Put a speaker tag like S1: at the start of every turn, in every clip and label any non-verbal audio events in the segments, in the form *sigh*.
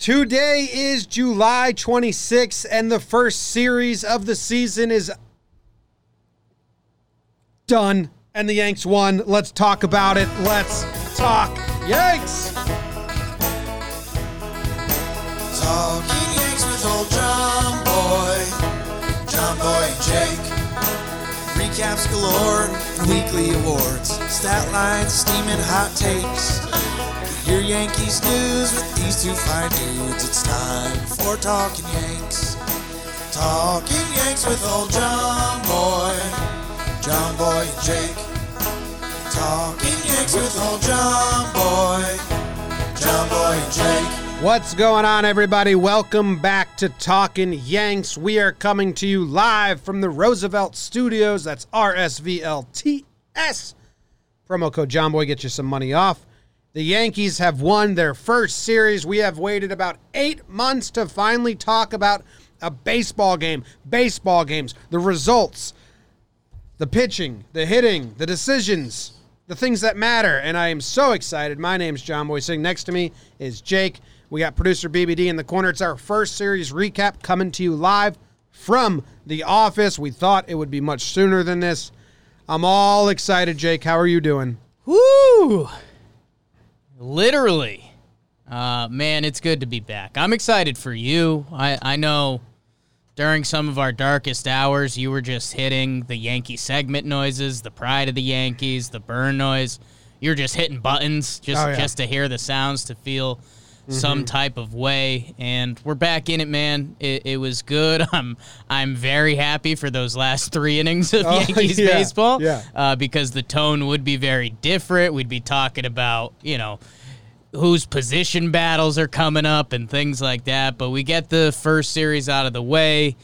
S1: Today is July 26th, and the first series of the season is done. And the Yanks won. Let's talk about it. Let's talk Yanks.
S2: Talking Yanks with old John Boy, John Boy and Jake. Recaps galore and weekly awards, stat lines, steaming hot takes. Your Yankees news with these two fine dudes. It's time for Talking Yanks. Talking Yanks with old John Boy, John Boy and Jake. Talking Yanks with old John Boy, John Boy and Jake.
S1: What's going on, everybody? Welcome back to Talking Yanks. We are coming to you live from the Roosevelt Studios. That's RSVLTS. Promo code JohnBoy gets you some money off. The Yankees have won their first series. We have waited about eight months to finally talk about a baseball game, baseball games, the results, the pitching, the hitting, the decisions, the things that matter. And I am so excited. My name's John Boy Singh. Next to me is Jake. We got producer BBD in the corner. It's our first series recap coming to you live from the office. We thought it would be much sooner than this. I'm all excited, Jake. How are you doing?
S3: Woo! Literally. Uh, man, it's good to be back. I'm excited for you. I, I know during some of our darkest hours, you were just hitting the Yankee segment noises, the pride of the Yankees, the burn noise. You're just hitting buttons just,
S1: Oh, yeah.
S3: just to hear the sounds, to feel
S1: Mm-hmm.
S3: some type of way. And we're back in it, man. It, it was good. *laughs* I'm I'm very happy for those last three innings of
S1: *laughs* Oh,
S3: Yankees
S1: yeah,
S3: baseball
S1: yeah.
S3: uh, because the tone would be very different. We'd be talking about, you know, whose position battles are coming up and things like that. But we get the first series out of the way.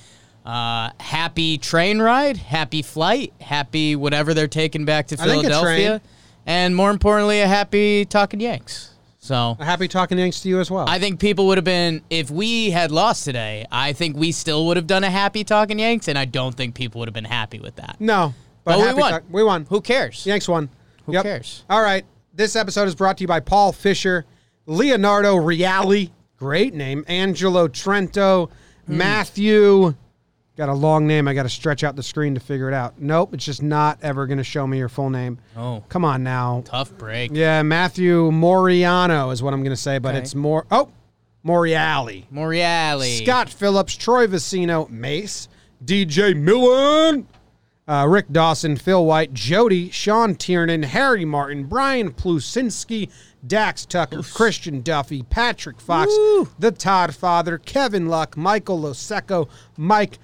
S3: Uh, happy train ride, happy flight, happy whatever they're taking back to
S1: I think a train.
S3: Philadelphia. And more importantly, a happy talking Yanks. So
S1: A happy talking Yanks to you as well.
S3: I think people would have been, if we had lost today, I think we still would have done a happy talking Yanks. And I don't think people would have been happy with that.
S1: no,
S3: But, Oh, we
S1: happy
S3: won.
S1: talk- we won.
S3: Who cares?
S1: Yanks won. Who
S3: cares?
S1: All right. This episode is brought to you by Paul Fisher, Leonardo Reali, great name, Angelo Trento,
S3: Hmm.
S1: Matthew. Got a long name. I got to stretch out the screen to figure it out. Nope, it's just not ever going to show me your full name.
S3: Oh.
S1: Come on now.
S3: Tough break.
S1: Yeah, Matthew Moriano is what I'm going to say, but
S3: Okay.
S1: it's more. Oh, Moriali.
S3: Moriali.
S1: Scott Phillips, Troy Vecino, Mace, DJ Millen, uh, Rick Dawson, Phil White, Jody, Sean Tiernan, Harry Martin, Brian Plusinski, Dax Tucker, Christian Duffy, Patrick Fox, The Todd Father, Kevin Luck, Michael Losecco, Mike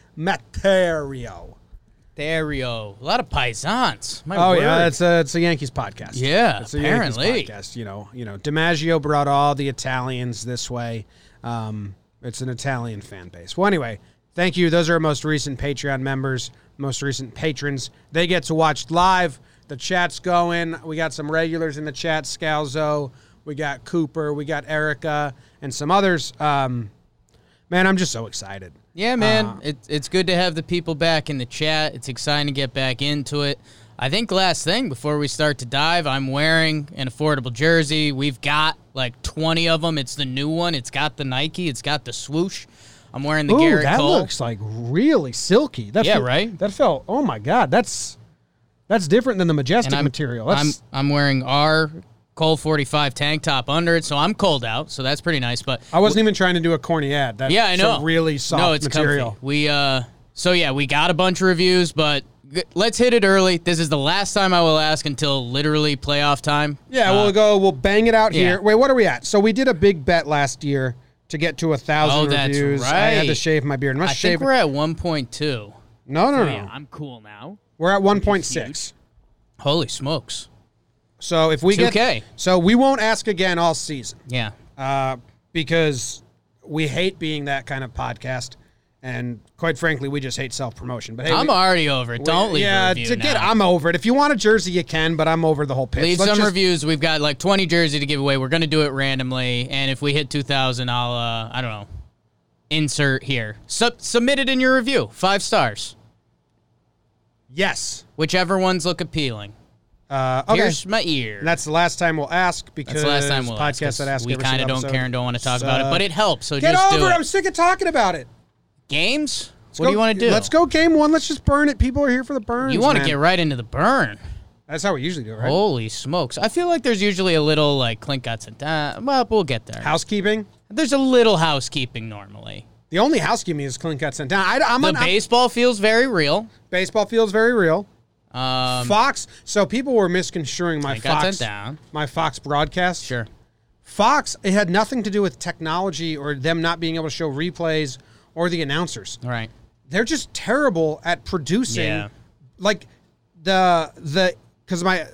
S1: Materio.
S3: Dario. A lot of paisans. My
S1: Oh
S3: word.
S1: yeah, it's a it's a Yankees podcast.
S3: Yeah,
S1: it's a Yankees
S3: apparently.
S1: podcast. You know, you know, DiMaggio brought all the Italians this way. Um, it's an Italian fan base. Well, anyway, thank you. Those are our most recent Patreon members, most recent patrons. They get to watch live. The chat's going. We got some regulars in the chat. Scalzo, we got Cooper, we got Erica, and some others. Um, man, I'm just so excited.
S3: yeah, man.
S1: Ah.
S3: it, it's good to have the people back in the chat. It's exciting to get back into it. I think last thing before we start to dive, I'm wearing an affordable jersey. We've got like 20 of them. It's the new one. It's got the Nike. It's got the swoosh. I'm wearing the
S1: Ooh,
S3: Garrett
S1: that
S3: Cole.
S1: looks like really silky. That
S3: Yeah,
S1: felt-
S3: right?
S1: That felt. Oh my god, that's that's different than the majestic
S3: and I'm,
S1: material.
S3: I'm
S1: That's,
S3: I'm wearing our Cole 45 tank top under it, so I'm cold out. So that's pretty nice. But
S1: I wasn't even trying to do a corny ad. That's
S3: Yeah, I know.
S1: A really soft
S3: no, it's
S1: material.
S3: Comfy. We uh, so yeah, we got a bunch of reviews, but g- let's hit it early. This is the last time I will ask until literally playoff time.
S1: Yeah,
S3: Uh,
S1: we'll go. We'll bang it out
S3: yeah.
S1: here. Wait, what are we at? So we did a big bet last year to get to a thousand
S3: Oh, that's
S1: reviews. I had to
S3: right.
S1: shave my beard. I must
S3: I
S1: shave.
S3: think we're at 1.2.
S1: no, no, no.
S3: I'm cool now.
S1: We're at one point six.
S3: Holy smokes!
S1: So if we get,
S3: 2K.
S1: so we won't ask again all season.
S3: Yeah,
S1: uh, because we hate being that kind of podcast, and quite frankly, we just hate self promotion. But hey,
S3: I'm
S1: we,
S3: already over it.
S1: we-
S3: Don't leave
S1: Yeah,
S3: a review
S1: to get,
S3: now.
S1: I'm over it. If you want a jersey, you can, but I'm over the whole pitch.
S3: Leave
S1: Let's
S3: some
S1: just-
S3: reviews. We've got like 20 jersey to give away. We're gonna do it randomly, and if we hit 2,000, I'll uh, I don't know, insert here. Sub- submit it in your review. Five stars,
S1: Yes,
S3: whichever ones look appealing.
S1: Uh, okay.
S3: Here's my ear.
S1: and that's the last time we'll ask because
S3: That's the last time we'll ask,
S1: podcast
S3: 'cause
S1: that ask
S3: We
S1: every
S3: kind of
S1: single
S3: don't
S1: episode.
S3: care and don't want to talk about it,
S1: Sucks.
S3: but it helps. So
S1: Get
S3: just
S1: over.
S3: do
S1: it.
S3: it.
S1: I'm sick of talking about it.
S3: Games?
S1: Let's
S3: what
S1: go-
S3: do you want to do?
S1: Let's go game one. Let's just burn it. People are here for the burn.
S3: You want to
S1: man.
S3: get Oh. right into the burn.
S1: That's how we usually do it, right?
S3: Holy smokes. I feel like there's usually a little like Clint got sent down. Well, we'll get there.
S1: Housekeeping.
S3: There's a little housekeeping normally. The
S1: The only housekeeping is Clint got sent down. I, I'm on
S3: baseball feels very real.
S1: baseball feels very real.
S3: Um,
S1: Fox. So people were misconstruing my
S3: Clint got
S1: Fox
S3: sent down.
S1: my Fox broadcast.
S3: Sure.
S1: Fox. It had nothing to do with technology or them not being able to show replays or the announcers.
S3: All right.
S1: They're just terrible at producing.
S3: Yeah.
S1: Like the the because my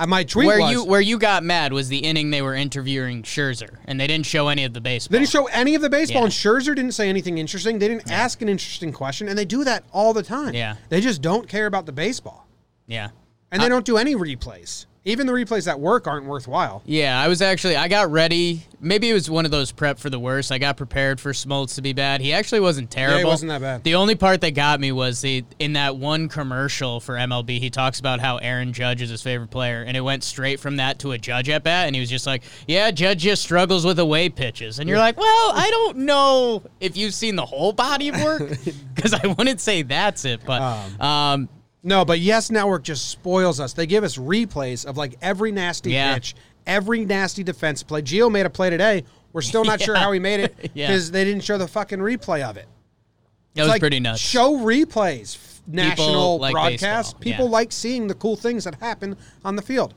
S1: uh, my tweet
S3: Where
S1: was
S3: you where you got mad was the inning they were interviewing Scherzer, and they didn't show any of the baseball.
S1: They didn't show any of the baseball,
S3: Yeah.
S1: and Scherzer didn't say anything interesting. They didn't ask an interesting question, and they do that all the time.
S3: Yeah.
S1: They just don't care about the baseball,
S3: Yeah.
S1: and they don't do any replays. Even the replays that work aren't worthwhile.
S3: Yeah, I was actually I got ready. Maybe it was one of those prep for the worst. I got prepared for Smoltz to be bad. He actually wasn't terrible.
S1: wasn't that bad.
S3: The only part that got me was the in that one commercial for MLB, he talks about how Aaron Judge is his favorite player, and it went straight from that to a Judge at bat, and he was just like, "Yeah, Judge just struggles with away pitches," and you're like, "Well, I don't know if you've seen the whole body
S1: *laughs*
S3: of work, because I wouldn't say that's it, but um,
S1: No, but Yes Network just spoils us. They give us replays of like every nasty
S3: Yeah.
S1: pitch, every nasty defense play. Gio made a play today. We're still
S3: *laughs*
S1: not sure
S3: Yeah.
S1: how he made it
S3: Yeah.
S1: because they didn't show the fucking replay of it.
S3: that was
S1: It's like,
S3: pretty nuts."
S1: Show replays, f- national
S3: like
S1: broadcasts.
S3: baseball,
S1: People
S3: yeah.
S1: like seeing the cool things that happen on the field.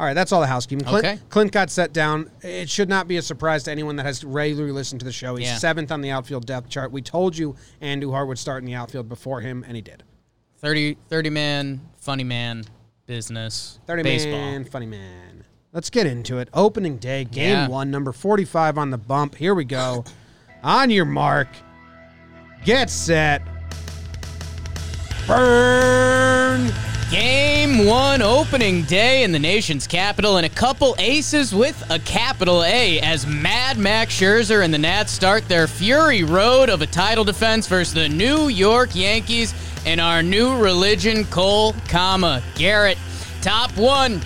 S1: All right, that's all the housekeeping. Clint,
S3: Okay.
S1: Clint got set down. It should not be a surprise to anyone that has regularly listened to the show. He's
S3: Yeah.
S1: seventh on the outfield depth chart. We told you Andrew Hart would start in the outfield before him, and he did.
S3: 30, 30 man, funny man, business,
S1: 30
S3: baseball.
S1: man, funny man. Let's get into it. Opening day, game
S3: Yeah.
S1: one, number 45 on the bump. Here we
S3: *laughs*
S1: go. on your mark, get set, burn.
S3: Game one opening day in the nation's capital, and a couple aces with a capital A as Mad Max Scherzer and the Nats start their fury road of a title defense versus the New York Yankees and our new religion, Cole, comma, Garrett. Top one,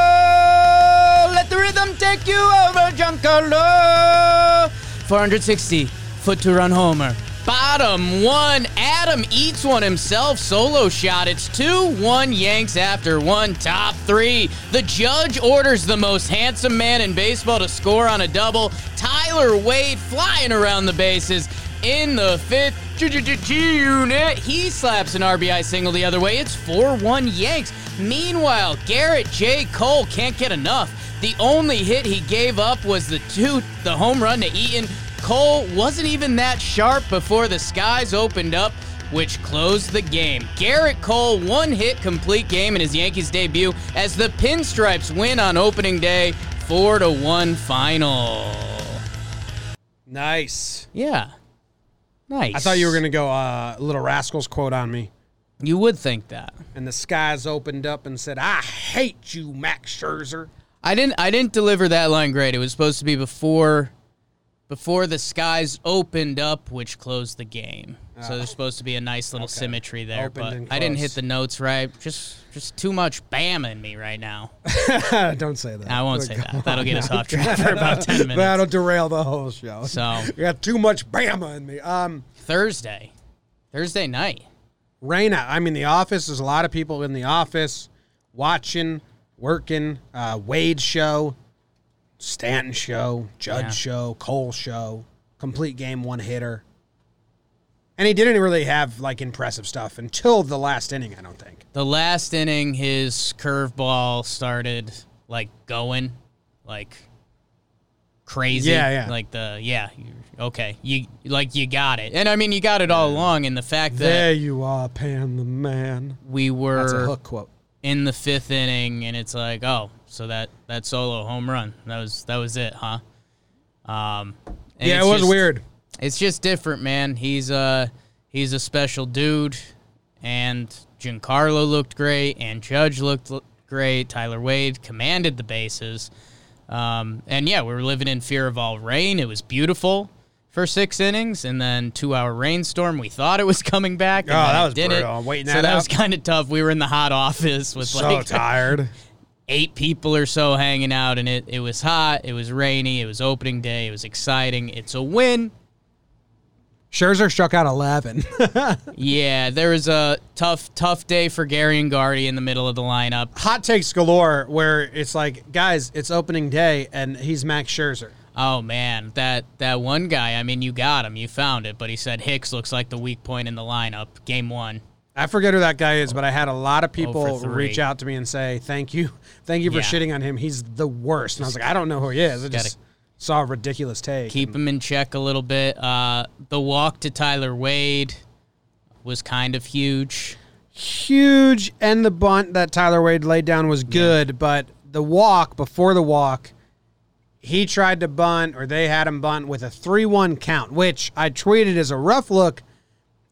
S3: Giancarlo. Let the rhythm take you over, Giancarlo. 460 foot to run homer. Bottom one, Adam eats one himself, solo shot. It's 2 1 Yanks after one. Top three, the judge orders the most handsome man in baseball to score on a double. Tyler Wade flying around the bases in the fifth. G-G-G-G-Unit. He slaps an RBI single the other way. It's 4 1 Yanks. Meanwhile, Garrett J. Cole can't get enough. The only hit he gave up was the two, the home run to Eaton. Cole wasn't even that sharp before the skies opened up, which closed the game. Garrett Cole, one hit complete game in his Yankees debut as the Pinstripes win on opening day, 4 to 1 final.
S1: Nice.
S3: Yeah. Nice.
S1: I thought you were going to go uh, Little Rascals quote on me.
S3: You would think that.
S1: And the skies opened up and said, I hate you, Max Scherzer. *laughs*
S3: I didn't I didn't deliver that line great. It was supposed to be before before the skies opened up, which closed the game. So there's supposed to be a nice little symmetry there,
S1: Ah. Opened and
S3: but I didn't hit
S1: closed.
S3: the notes right. Just just too much bam in me right now.
S1: Don't say that. *laughs*
S3: I won't say that. That'll get us off track for about ten minutes.
S1: That'll derail the whole show.
S3: So
S1: *laughs* You got too much Bama in me. Um,
S3: Thursday, Thursday night.
S1: rain out. I mean, the office, there's a lot of people in the office watching, working, uh, Wade show, Stanton show, Judge
S3: Yeah.
S1: show, Cole show, complete game one hitter. And he didn't really have like impressive stuff until the last inning, I don't think.
S3: The last inning, his curveball started like going, like crazy.
S1: Yeah, yeah.
S3: Like the yeah, you- okay, you like you got it, and I mean you got it all along. And the fact that
S1: There you are, Pan the man.
S3: we
S1: That's a
S3: were
S1: hook quote.
S3: in the fifth inning, and it's like oh, so that that solo home run that was that was it, huh? Um, and
S1: Yeah, it
S3: it's
S1: was
S3: just-
S1: weird.
S3: It's just different, man. He's uh he's a special dude, and Giancarlo looked great, and Judge looked l- great. Tyler Wade commanded the bases, um, and yeah, we were living in fear of all rain. It was beautiful. for six innings, and then two hour rainstorm. We thought it was coming back. and
S1: Oh,
S3: then
S1: that
S3: it
S1: was
S3: didn't.
S1: brutal. I'm waiting
S3: so
S1: that
S3: that
S1: out.
S3: was kind of tough. We were in the hot office with
S1: So
S3: like
S1: tired.
S3: eight people or so hanging out, and it, it was hot. It was rainy. It was opening day. It was exciting. It's a win.
S1: Scherzer struck out 11.
S3: Yeah, there was a tough, tough day for Gary and Guardy in the middle of the
S1: *laughs*
S3: lineup.
S1: Hot takes galore where it's like, guys, it's opening day and he's Max Scherzer.
S3: Oh man, that that one guy. I mean, you got him, you found it. But he said Hicks looks like the weak point in the lineup. Game one.
S1: I forget who that guy is, but I had a lot of people
S3: Oh, three.
S1: reach out to me and say, "Thank you, thank you for
S3: Yeah.
S1: shitting on him. He's the worst." And I was like, "I don't know who he is. I
S3: Gotta-
S1: just saw a ridiculous take."
S3: Keep him in check a little bit. Uh, the walk to Tyler Wade was kind of huge.
S1: Huge, and the bunt that Tyler Wade laid down was good, but the walk before the walk, he tried to bunt, or they had him bunt with a three-one count, which I tweeted as a rough look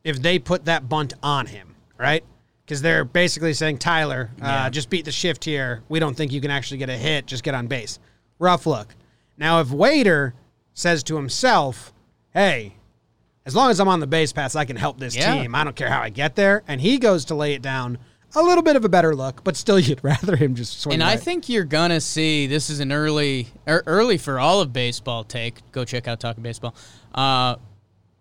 S1: if they put that bunt on him, right? Because they're basically saying, Tyler, uh, just beat the shift here. We don't think you can actually get a hit. Just get on base. Rough look. Now, if Wader says to himself, hey, as long as I'm on the base paths, I can help this
S3: Yeah.
S1: team. I don't care how I get there. And he goes to lay it down, a little bit of a better look, but still, *laughs* you'd rather him just swing.
S3: And I
S1: right.
S3: think you're gonna see this is an early, er, early for all of baseball. Take go check out Talking Baseball. Uh,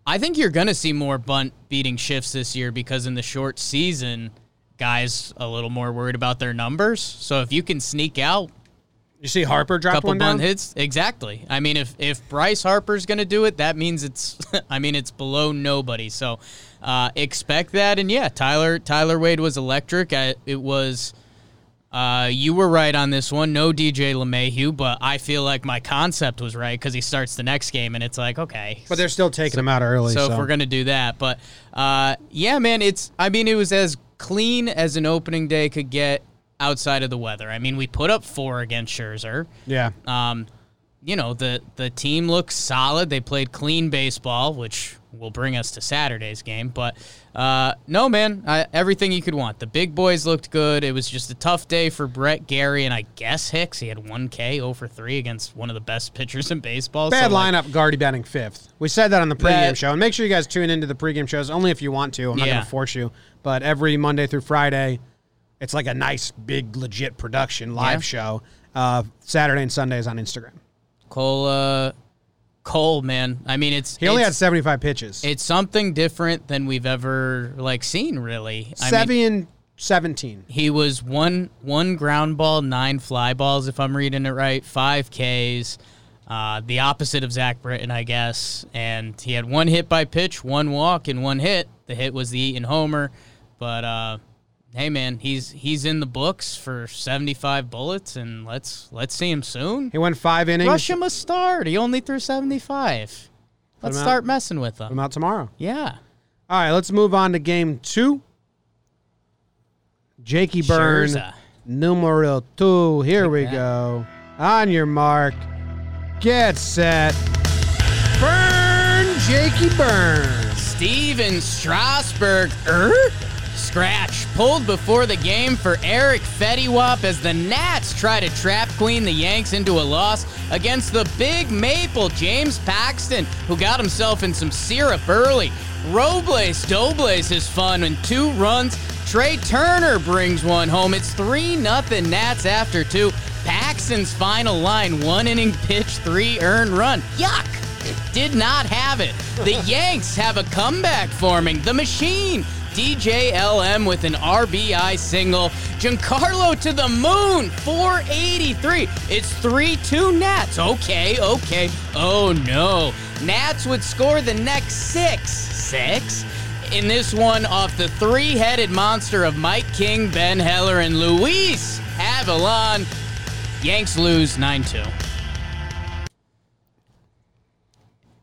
S3: I think you're gonna see more bunt beating shifts this year because in the short season, guys a little more worried about their numbers. So if you can sneak out
S1: you see Harper dropped
S3: couple
S1: one down.
S3: bunt hits. Exactly. I mean, if if Bryce Harper's going to do it, that means it's. *laughs* I mean, it's below nobody. So uh, expect that. And yeah, Tyler Tyler Wade was electric. I, it was. Uh, you were right on this one. No DJ LeMahieu, but I feel like my concept was right because he starts the next game and it's like, okay.
S1: But they're still taking him out early.
S3: so,
S1: So,
S3: if we're gonna do that, but uh, yeah, man, it's. I mean, it was as clean as an opening day could get outside of the weather. I mean, we put up four against Scherzer.
S1: yeah.
S3: Um, you know, the the team looks solid. They played clean baseball, which will bring us to Saturday's game. But uh, no, man, I, everything you could want. The big boys looked good. It was just a tough day for Brett Gary and I guess Hicks. He had one K over three against one of the best *laughs* pitchers in baseball.
S1: Bad
S3: so, like,
S1: lineup, Guardy batting fifth. We said that on the pregame
S3: That-
S1: show. And make sure you guys tune into the pregame shows only if you want to. I'm not
S3: Yeah.
S1: going to force you. But every Monday through Friday, it's like a nice, big, legit production live
S3: Yeah.
S1: show. Uh, Saturday and Sundays on Instagram.
S3: Cole, uh, Cole, man. I mean, it's
S1: He only
S3: it's,
S1: had 75 pitches.
S3: it's something different than we've ever like seen. Really, I mean,
S1: Seven and 17.
S3: He was one one ground ball, nine fly balls, if I'm reading it right, five Ks, uh, the opposite of Zach Britton, I guess. And he had one hit by pitch, one walk, and one hit. The hit was the Eaton homer, but uh, hey, man, he's he's in the books for 75 bullets, and let's let's see him soon.
S1: He went five innings.
S3: Rush him a start. He only threw 75. Let's
S1: him out.
S3: start messing with
S1: Put him
S3: him.
S1: out tomorrow.
S3: Yeah.
S1: All right, let's move on to game two. Jakey Byrne,
S3: Scherzer.
S1: numero two. Here we
S3: that.
S1: go. On your mark, get set, burn, Jakey Byrne.
S3: Steven Strasburg er? scratch pulled before the game for Eric Fettiwap as the Nats try to trap queen the Yanks into a loss against the big maple James Paxton, who got himself in some syrup early. Robles Dobles is fun and two runs. Trey Turner brings one home. It's 3 nothing Nats after two. Paxton's final line, one inning pitch, three earned run. Yuck! did not have it. The Yanks have a comeback forming. The machine. DJLM with an RBI single. Giancarlo to the moon. 483. It's 3 2 Nats. Okay, okay. Oh no. Nats would score the next six. Six? in this one off the three headed monster of Mike King, Ben Heller, and Luis Avalon. Yanks lose 9 2.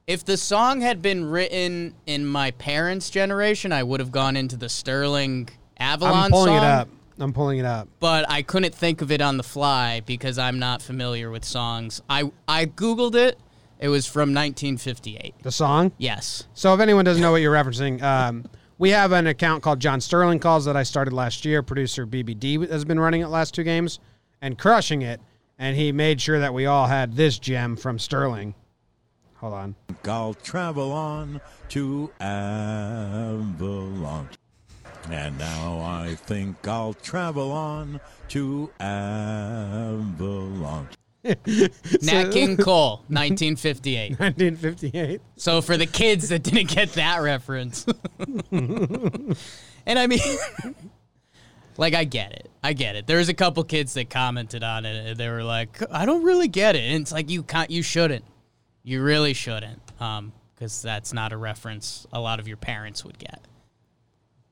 S3: If the song had been written in my parents' generation, I would have gone into the Sterling Avalon
S1: I'm pulling
S3: song.
S1: it up. I'm pulling it up.
S3: But I couldn't think of it on the fly because I'm not familiar with songs. I, I Googled it. It was from 1958.
S1: The song. *laughs*
S3: Yes.
S1: So if anyone doesn't know what you're referencing, um, we have an account called John Sterling Calls that I started last year. Producer BBD has been running it last two games and crushing it. And he made sure that we all had this gem from Sterling. Hold on. *laughs*
S4: I'll travel on to Avalon. And now I think I'll travel on to Avalon.
S3: Nat King Cole, 1958.
S1: 1958.
S3: So for the kids that didn't get that reference. and I mean *laughs* like I get it. I get it. There's a couple kids that commented on it and they were like, "I don't really get it." And it's like you can't you shouldn't. You really shouldn't. Um because that's not a reference a lot of your parents would get.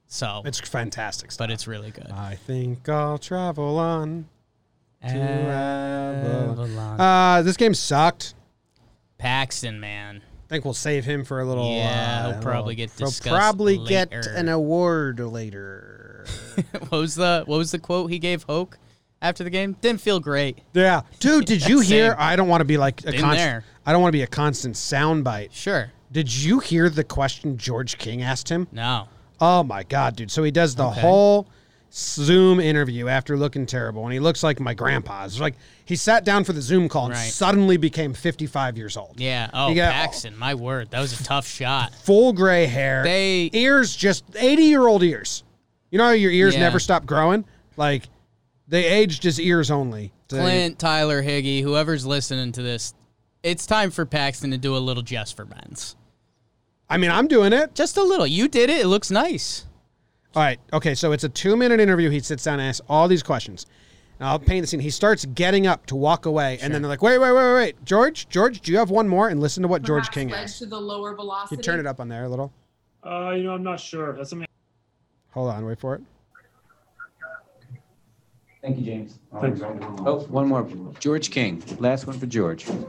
S3: So
S1: It's fantastic stuff.
S3: but it's really good.
S1: I think I'll travel on.
S3: Avalon.
S1: Uh, this game sucked.
S3: Paxton, man. *laughs*
S1: think we'll save him for a little.
S3: Yeah,
S1: uh,
S3: he'll probably
S1: we'll-
S3: get
S1: He'll
S3: discussed
S1: probably get
S3: later.
S1: an award later.
S3: what was the what was the quote he gave Hoke after the game? Didn't feel great.
S1: yeah, dude, did you
S3: *laughs* Same.
S1: hear? I don't want to be like a
S3: Been
S1: constant.
S3: there.
S1: I don't want to be a constant soundbite.
S3: Sure.
S1: Did you hear the question George King asked him?
S3: No.
S1: Oh my god, dude! So he does the whole Zoom interview after looking terrible, and he looks like my grandpa's. Like he sat down for the Zoom call and
S3: Right.
S1: suddenly became fifty-five years old.
S3: Yeah. Oh,
S1: He got-
S3: Paxton. My word, that was a tough shot.
S1: full gray hair.
S3: They-
S1: ears just eighty year old ears. You know how your ears
S3: Yeah.
S1: never stop growing? Like they aged his ears only. They-
S3: Clint, Tyler, Higgy, whoever's listening to this, it's time for Paxton to do a little just for Ben's.
S1: I mean, I'm doing it.
S3: Just a little. You did it. It looks nice.
S1: All right. Okay. So it's a two minute interview. He sits down and asks all these questions. Now, I'll paint the scene. He starts getting up to walk away, and then they're like, wait, wait, wait, wait, wait. George, George, do you have one more? And listen to what George
S5: perhaps
S1: King
S5: led
S1: asked.
S5: to the lower velocity.
S1: You turn it up on there a little.
S6: Uh, you know, I'm not sure. That's something.
S1: Hold on. Wait for it. *laughs*
S7: Thank you, James. Oh, one more. George King. Last one for George.
S8: Sorry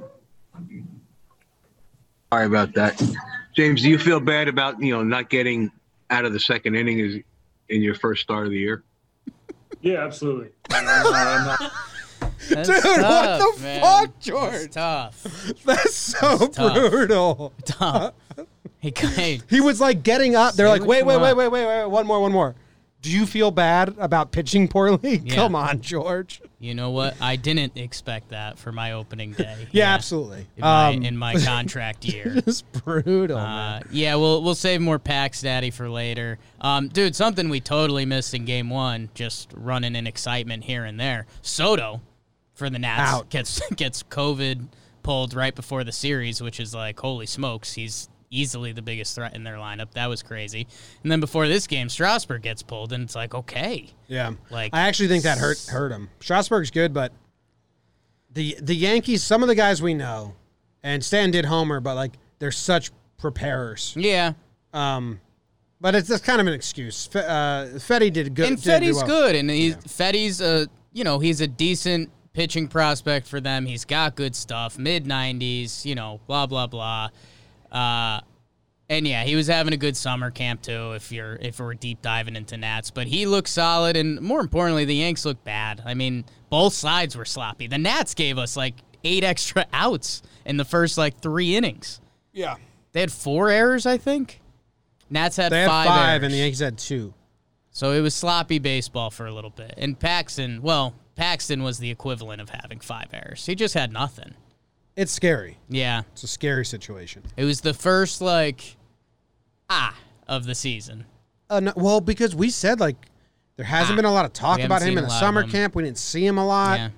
S8: about that. James, do you feel bad about, you know, not getting out of the second inning is in your first start of the year?
S6: Yeah, absolutely.
S3: That's
S1: *laughs* Dude, what
S3: tough,
S1: the
S3: man.
S1: fuck, George?
S3: That's tough.
S1: That's so
S3: tough.
S1: brutal. *laughs*
S3: Tough. He, hey,
S1: He was like getting up. They're
S3: Say
S1: like,
S3: what
S1: wait, wait,
S3: you
S1: wait,
S3: want."
S1: wait, wait, wait, one more, one more. Do you feel bad about pitching poorly? *laughs*
S3: Yeah.
S1: Come on, George.
S3: you know what? I didn't expect that for my opening day.
S1: Yeah, absolutely.
S3: In my,
S1: um,
S3: in my contract year.
S1: *laughs* it's brutal. man.
S3: Uh, yeah, we'll we'll save more packs, Daddy, for later. Um, dude, something we totally missed in Game One, just running in excitement here and there. Soto for the Nats
S1: Out.
S3: gets *laughs* gets COVID pulled right before the series, which is like holy smokes, he's easily the biggest threat in their lineup. That was crazy. And then before this game, Strasburg gets pulled, and it's like okay,
S1: Yeah,
S3: like-
S1: I actually think that hurt hurt him. Strasburg's good, but the the Yankees, some of the guys we know, and Stan did homer, but like they're such preparers.
S3: yeah.
S1: Um, but it's just kind of an excuse. Fe- uh, Fetty did good.
S3: And
S1: did do
S3: Fetty's
S1: well.
S3: good, and he's Fetty's a you know he's a decent pitching prospect for them. He's got good stuff, mid nineties, you know, blah blah blah. Uh, and yeah, he was having a good summer camp too. If you're if we're deep diving into Nats, but he looked solid, and more importantly, the Yanks looked bad. I mean, both sides were sloppy. The Nats gave us like eight extra *laughs* outs in the first like three innings.
S1: Yeah,
S3: They had four errors, I think. Nats had
S1: they had five,
S3: five. errors.
S1: and the Yankees had two.
S3: So it was sloppy baseball for a little bit. And Paxton, well, Paxton was the equivalent of having five errors. He just had nothing.
S1: It's scary.
S3: Yeah.
S1: It's a scary situation.
S3: It was the first, like, ah, of the season.
S1: Uh, no, well, because we said like there hasn't
S3: Ah,
S1: been a lot of talk
S3: we haven't
S1: about him
S3: seen
S1: in
S3: a
S1: the
S3: lot of
S1: summer
S3: him.
S1: camp. We didn't see him a lot.
S3: yeah.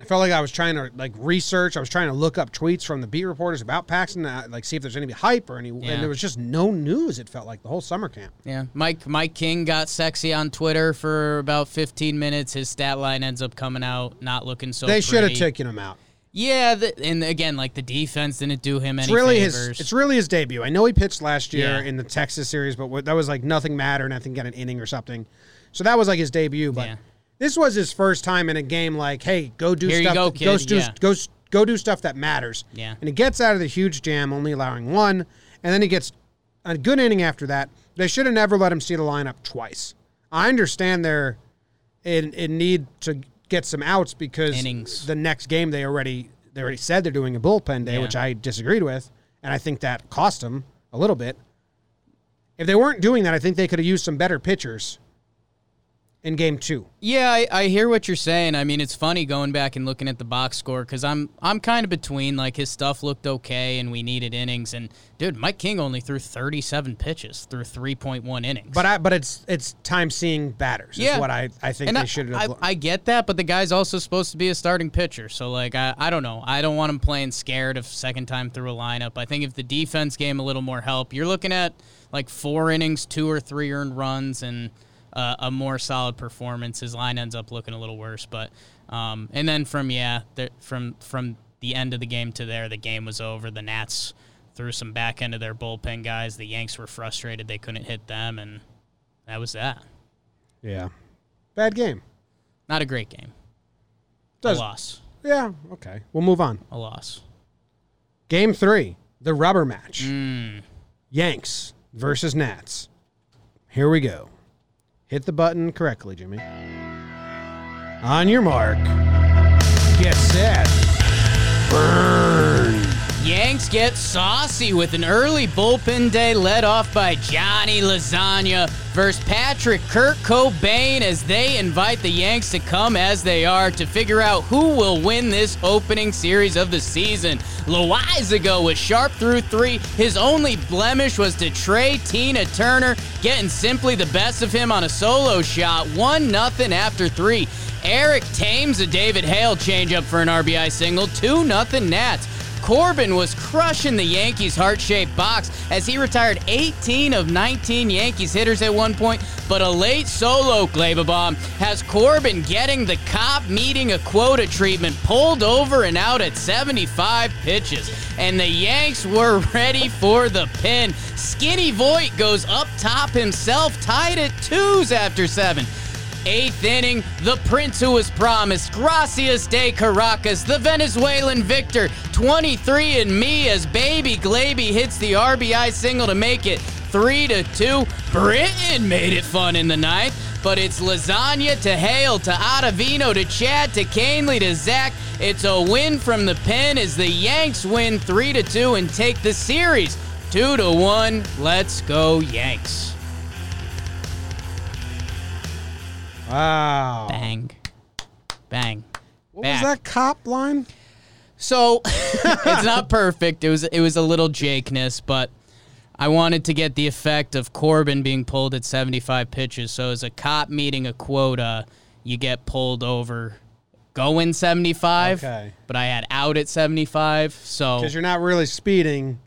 S1: I felt like I was trying to like research. I was trying to look up tweets from the beat reporters about Paxton, uh, like see if there's any hype or any.
S3: Yeah.
S1: And there was just no news. It felt like the whole summer camp.
S3: Yeah. Mike Mike King got sexy on Twitter for about 15 minutes. His stat line ends up coming out not looking so
S1: they should have
S3: pretty.
S1: taken him out.
S3: Yeah, the, and again, like the defense didn't do him
S1: It's
S3: any
S1: really
S3: favors.
S1: his. It's really his debut. I know he pitched last year
S3: Yeah.
S1: in the Texas series, but what, that was like nothing mattered. and I think got an inning or something. So that was like his debut. But
S3: Yeah.
S1: this was his first time in a game. Like, hey, go do
S3: Here you
S1: stuff. go,
S3: go, kid.
S1: do,
S3: Yeah.
S1: go s- go do stuff that matters.
S3: Yeah.
S1: And he gets out of the huge jam, only allowing one, and then he gets a good inning after that. They should have never let him see the lineup twice. I understand they're in, in need to get some outs because
S3: Innings.
S1: the next game they already they already said they're doing a bullpen day,
S3: Yeah.
S1: which I disagreed with, and I think that cost them a little bit. If they weren't doing that, I think they could have used some better pitchers in game two.
S3: Yeah, I, I hear what you're saying. I mean, it's funny going back and looking at the box score because I'm I'm kind of between like his stuff looked okay and we needed innings and dude, Mike King only threw 37 pitches through 3.1 innings.
S1: But I but it's it's time seeing batters is what I, I think
S3: And
S1: they should
S3: I,
S1: have
S3: I get that, but the guy's also supposed to be a starting pitcher. So, like, I, I don't know. I don't want him playing scared of second time through a lineup. I think if the defense gave him a little more help, you're looking at like four innings, two or three earned runs, and uh, a more solid performance. His line ends up looking a little worse, but um, and then from yeah, the, from from the end of the game to there, the game was over. The Nats threw some back end of their bullpen guys. The Yanks were frustrated they couldn't hit them, and that was that.
S1: Yeah. Bad game.
S3: Not a great game.
S1: Does-
S3: a loss.
S1: Yeah, okay. We'll move on.
S3: A loss.
S1: Game three, the rubber match.
S3: Mm.
S1: Yanks versus Nats. Here we go. Hit the button correctly, Jimmy. On your mark. Get set.
S3: Yanks get saucy with an early bullpen day led off by Johnny Lasagna versus Patrick Kurt Cobain as they invite the Yanks to come as they are to figure out who will win this opening series of the season. Loizaga was sharp through three. His only blemish was to Trey Tina Turner, getting simply the best of him on a solo shot, 1 nothing after three. Eric Thames a David Hale changeup for an RBI single, 2 nothing Nats. Corbin was crushing the Yankees' heart shaped box as he retired 18 of 19 Yankees hitters at one point, but a late solo Glababomb has Corbin getting the cop meeting a quota treatment pulled over and out at 75 pitches. And the Yanks were *laughs* ready for the pin. Skinny Voigt goes up top himself, tied at twos after seven. Eighth inning, the prince who was promised, Gracias de Caracas, the Venezuelan victor, 23 and me as Baby Glaby hits the RBI single to make it 3 to 2. Britain made it fun in the ninth, but it's Lasagna to Hale to Ottavino to Chad to Canley to Zach. It's a win from the pen as the Yanks win 3 to 2 and take the series 2 to 1. Let's go, Yanks.
S1: Wow.
S3: Bang. Bang.
S1: What
S3: back.
S1: was that cop line?
S3: Oh. So it's not perfect. It was it was a little Jakeness, but I wanted to get the effect of Corbin being pulled at 75 pitches. So as a cop meeting a quota, you get pulled over going 75.
S1: Okay.
S3: But I had out at 75. So
S1: Because you're not really speeding.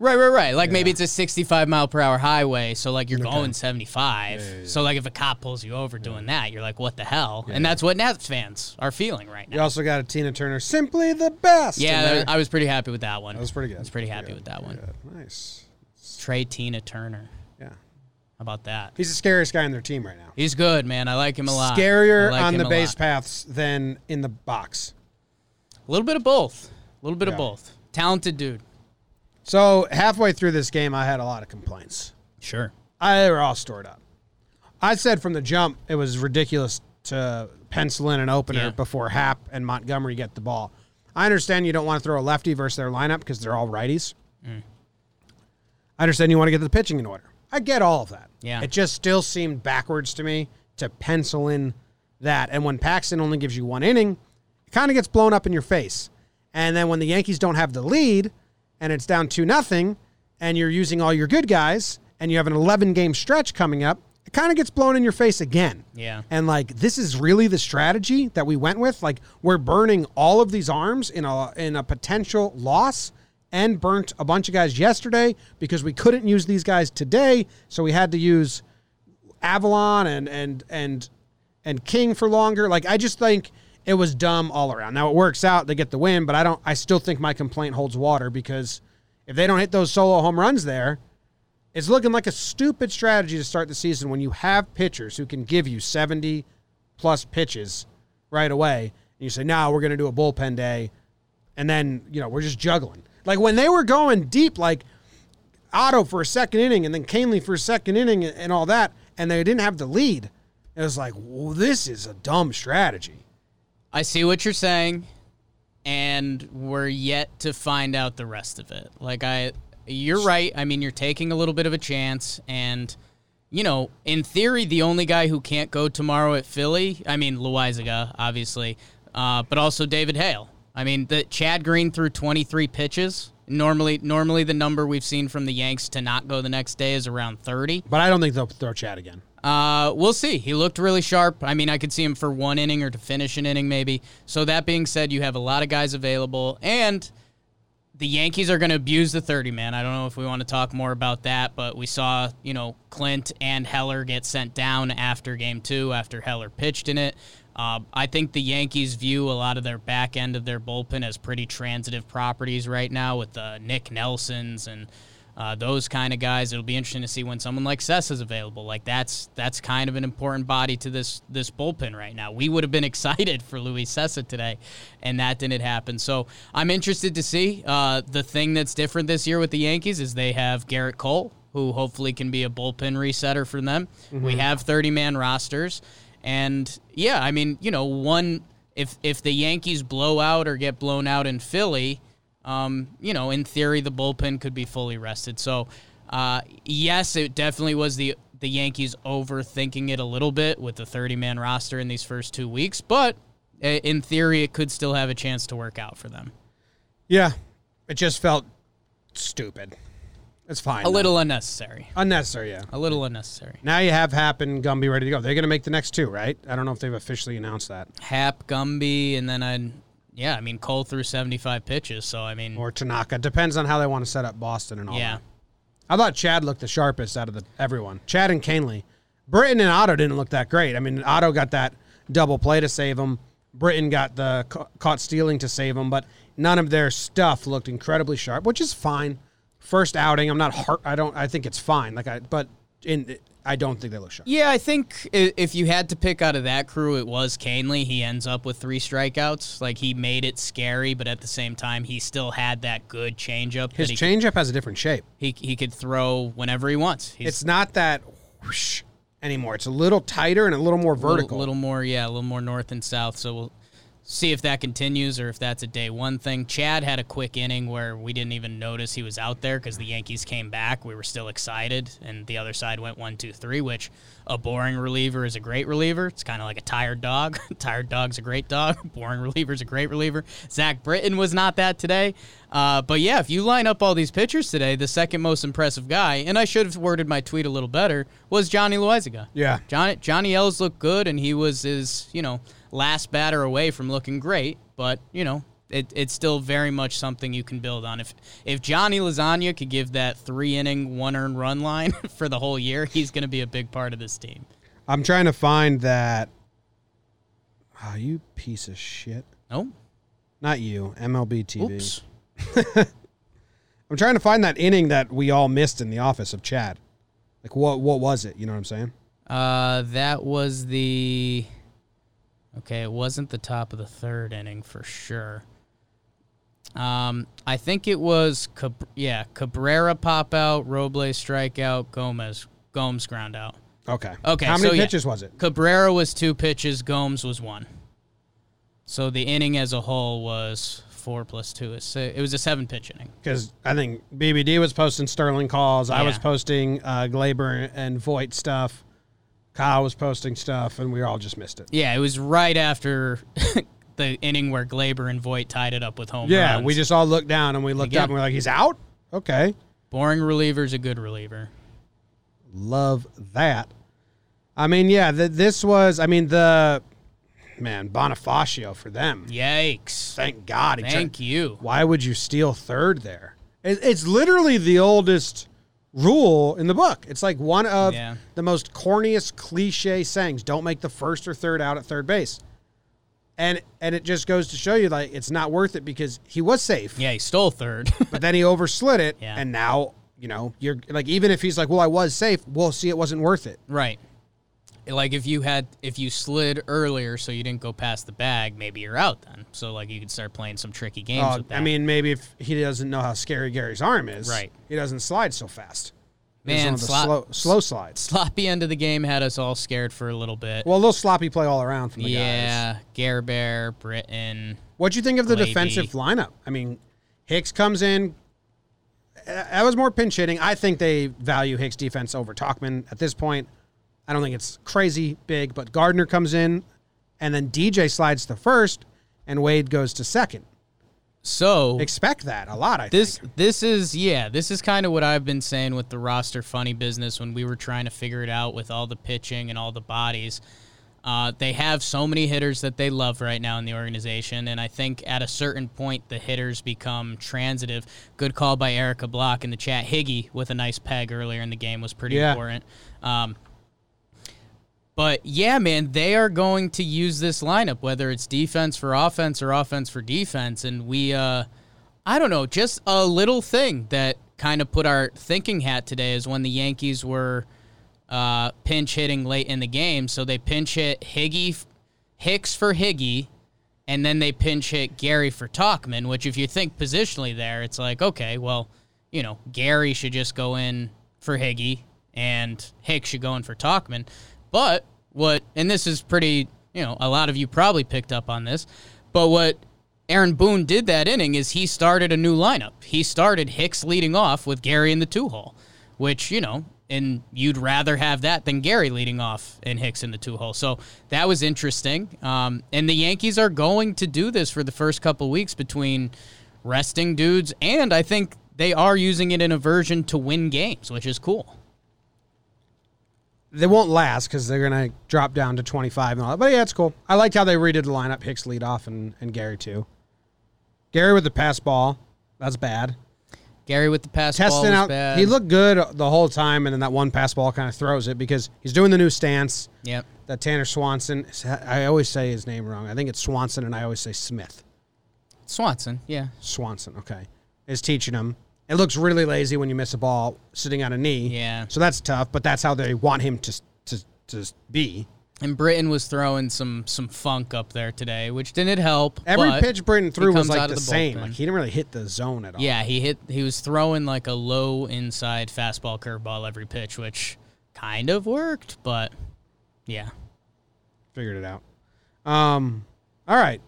S3: Right, right, right. Like maybe it's a 65 mile per hour highway, so like you're going 75. So like if a cop pulls you over doing that, you're like, what the hell? and that's what Nats fans are feeling right now.
S1: You also got a Tina Turner. Simply the best. in
S3: Yeah, that
S1: there.
S3: was- I was pretty happy with that one.
S1: that was pretty good.
S3: I was pretty
S1: Pretty
S3: happy
S1: good.
S3: with that one.
S1: nice.
S3: Trey Tina Turner.
S1: Yeah.
S3: How about that?
S1: He's the scariest guy on their team right now.
S3: He's good, man. I like him a lot. I
S1: Scarier
S3: like
S1: on
S3: him
S1: the
S3: a
S1: base
S3: lot.
S1: paths than in the box.
S3: A little bit of both. A little bit
S1: Yeah.
S3: of both. Talented dude.
S1: So halfway through this game, I had a lot of complaints.
S3: Sure.
S1: I, they were all stored up. I said from the jump it was ridiculous to pencil in an opener
S3: Yeah.
S1: before Hap and Montgomery get the ball. I understand you don't want to throw a lefty versus their lineup because they're all righties. I understand you want to get the pitching in order. I get all of that.
S3: Yeah.
S1: It just still seemed backwards to me to pencil in that. And when Paxton only gives you one inning, it kind of gets blown up in your face. And then when the Yankees don't have the lead and it's down 2 nothing and you're using all your good guys and you have an 11 game stretch coming up, it kind of gets blown in your face again.
S3: Yeah.
S1: And like this is really the strategy that we went with. Like we're burning all of these arms in a in a potential loss and burnt a bunch of guys yesterday because we couldn't use these guys today, so we had to use Avalon and and and and King for longer. Like I just think it was dumb all around. Now it works out; they get the win, but I don't. I still think my complaint holds water because if they don't hit those solo home runs there, it's looking like a stupid strategy to start the season when you have pitchers who can give you seventy plus pitches right away, and you say, "No, we're going to do a bullpen day," and then you know we're just juggling. Like when they were going deep, like Otto for a second inning and then Canley for a second inning and, and all that, and they didn't have the lead. It was like, well, this is a dumb strategy.
S3: I see what you're saying, and we're yet to find out the rest of it. Like I, you're right. I mean, you're taking a little bit of a chance, and you know, in theory, the only guy who can't go tomorrow at Philly, I mean, Loizaga, obviously, uh, but also David Hale. I mean, the Chad Green threw 23 pitches. Normally, normally the number we've seen from the Yanks to not go the next day is around 30.
S1: But I don't think they'll throw Chad again.
S3: Uh, we'll see. He looked really sharp. I mean, I could see him for one inning or to finish an inning, maybe. So that being said, you have a lot of guys available, and the Yankees are going to abuse the thirty man. I don't know if we want to talk more about that, but we saw you know Clint and Heller get sent down after Game Two after Heller pitched in it. Uh, I think the Yankees view a lot of their back end of their bullpen as pretty transitive properties right now with uh, Nick Nelsons and uh, those kind of guys. It'll be interesting to see when someone like Sess is available. Like that's that's kind of an important body to this this bullpen right now. We would have been *laughs* excited for Luis Sessa today, and that didn't happen. So I'm interested to see. Uh, the thing that's different this year with the Yankees is they have Garrett Cole, who hopefully can be a bullpen resetter for them. We have 30 man rosters, and yeah, I mean you know one. If, if the Yankees blow out or get blown out in Philly, um, you know, in theory, the bullpen could be fully rested. So, uh, yes, it definitely was the the Yankees overthinking it a little bit with the 30 man roster in these first two weeks, but uh, in theory, it could still have a chance to work out for them.
S1: Yeah, it just felt stupid. It's fine.
S3: A
S1: though.
S3: little unnecessary.
S1: unnecessary. Yeah.
S3: A little unnecessary.
S1: Now you have Hap and Gumby ready to go. They're going to make the next two, right? I don't know if they've officially announced that
S3: Hap, Gumby, and then I, yeah, I mean Cole threw 75 pitches, so I mean,
S1: or Tanaka. Depends on how they want to set up Boston and all.
S3: yeah.
S1: That. I thought Chad looked the sharpest out of the everyone. Chad and Canley. Britton and Otto didn't look that great. I mean, Otto got that double play to save him. Britton got the ca- caught stealing to save him, but none of their stuff looked incredibly sharp, which is fine. First outing, I'm not hurt. I don't. I think it's fine. Like I, but in I don't think they look sharp.
S3: Yeah, I think i- if you had to pick out of that crew, it was Canley. He ends up with three strikeouts. Like he made it scary, but at the same time, he still had that good changeup.
S1: His
S3: that he,
S1: changeup has a different shape.
S3: he he could throw whenever he wants. He's
S1: It's not that whoosh anymore. It's a little tighter and a little more
S3: a little-
S1: vertical.
S3: little more, yeah, a little more north and south. So we'll see if that continues or if that's a day one thing. Chad had a quick inning where we didn't even notice he was out there because the Yankees came back. We were still excited, and the other side went one, two, three, which a boring reliever is a great reliever. It's kind of like a tired dog. *laughs* tired dog's a great dog. *laughs* boring reliever is a great reliever. Zach Britton was not that today. Uh, but yeah, if you line up all these pitchers today, the second most impressive guy, and I should have worded my tweet a little better, was Johnny Loizaga.
S1: Yeah.
S3: Johnny Johnny Ellis looked good, and he was his you know last batter away from looking great. But you know, it, it's still very much something you can build on. If if Johnny Lasagna could give that three inning one earned run line *laughs* for the whole year, he's going to be a big part of this team.
S1: I'm trying to find that. Oh, you piece of shit.
S3: No,
S1: Not you, MLB TV.
S3: oops,
S1: *laughs* I'm trying to find that inning that we all missed in the office of Chad. Like what what was it? You know what I'm saying?
S3: uh, that was the okay. It wasn't the top of the third inning for sure. Um, I think it was Cab- yeah Cabrera pop out, Robles strikeout, Gomez Gomes ground out.
S1: Okay.
S3: Okay,
S1: How many
S3: so, yeah.
S1: pitches was it?
S3: Cabrera was two pitches, Gomes was one. So the inning as a whole was four plus two is six. It was a seven pitch inning.
S1: Because I think BBD was posting Sterling calls. I was
S3: Yeah.
S1: posting uh, Glaber and Voight stuff. Kyle was posting stuff, and we all just missed it.
S3: Yeah, it was right after *laughs* the inning where Glaber and Voigt tied it up with home
S1: Yeah,
S3: runs.
S1: we just all looked down and we looked
S3: Again.
S1: up and we're like, he's out? Okay.
S3: boring reliever's a good reliever.
S1: Love that. I mean, yeah, th- this was, I mean, the, man, Bonifacio for them.
S3: Yikes!
S1: Thank God. He
S3: Thank
S1: took-
S3: you.
S1: Why would you steal third there? It- It's literally the oldest rule in the book. It's like one of
S3: Yeah.
S1: the most corniest cliche sayings. Don't make the first or third out at third base. And and it just goes to show you like it's not worth it because he was safe,
S3: Yeah, he stole third. *laughs*
S1: but then he overslid it
S3: Yeah.
S1: and now, you know, you're like even if he's like, "Well, I was safe." Well, see, it wasn't worth it.
S3: right. Like if you had if you slid earlier so you didn't go past the bag, maybe you're out then. So like you could start playing some tricky games
S1: Uh,
S3: with that.
S1: I mean, maybe if he doesn't know how scary Gary's arm is,
S3: Right.
S1: He doesn't slide so fast. He's
S3: man,
S1: one of the
S3: slot-
S1: slow, slow slides.
S3: sloppy end of the game had us all scared for a little bit.
S1: Well, a little sloppy play all around from the guys.
S3: yeah, Gerber, Britain.
S1: What'd you think of the
S3: Clay
S1: defensive
S3: B.
S1: lineup? I mean, Hicks comes in. that was more pinch hitting. I think they value Hicks' defense over Talkman at this point. I don't think it's crazy big, but Gardner comes in, and then DJ slides to first, and Wade goes to second.
S3: So
S1: Expect that a lot. I
S3: this
S1: think.
S3: this is yeah this is kind of what i've been saying with the roster funny business when we were trying to figure it out with all the pitching and all the bodies uh, they have so many hitters that they love right now in the organization and i think at a certain point the hitters become transitive good call by erica block in the chat higgy with a nice peg earlier in the game was pretty
S1: Yeah.
S3: important um, but yeah, man, they are going to use this lineup, whether it's defense for offense or offense for defense. And we, uh, I don't know, just a little thing that kind of put our thinking hat today is when the Yankees were uh, pinch hitting late in the game. So they pinch hit Higgy, Hicks for Higgy, and then they pinch hit Gary for Talkman, which if you think positionally there, it's like, okay, well, you know, Gary should just go in for Higgy and Hicks should go in for Talkman. But what and this is pretty you know, a lot of you probably picked up on this, but what Aaron Boone did that inning is he started a new lineup. He started Hicks leading off with Gary in the two hole, which, you know, and you'd rather have that than Gary leading off and Hicks in the two hole. So that was interesting. Um, and the Yankees are going to do this for the first couple weeks between resting dudes, and I think they are using it in a version to win games, which is cool.
S1: they won't last because they're gonna drop down to twenty five and all that. But yeah, it's cool. I liked how they redid the lineup: Hicks lead off and, and Gary too. Gary with the pass ball, that's bad.
S3: Gary with the pass ball
S1: testing
S3: was
S1: out.
S3: bad.
S1: He looked good the whole time, and then that one pass ball kind of throws it because he's doing the new stance
S3: Yep.
S1: that Tanner Swanson. I always say his name wrong. I think it's Swanson, and I always say Smith.
S3: Swanson, yeah.
S1: Swanson, okay, is teaching him. It looks really lazy when you miss a ball sitting on a knee.
S3: Yeah.
S1: So that's tough, but that's how they want him to to to be.
S3: And Britain was throwing some some funk up there today, which didn't help.
S1: Every
S3: but
S1: pitch Britain threw
S3: he
S1: was
S3: comes
S1: like
S3: out
S1: the,
S3: of the
S1: same.
S3: bullpen.
S1: Like he didn't really hit the zone at all.
S3: Yeah, he hit. He was throwing like a low inside fastball curveball every pitch, which kind of worked, but yeah,
S1: Figured it out. Um. All right.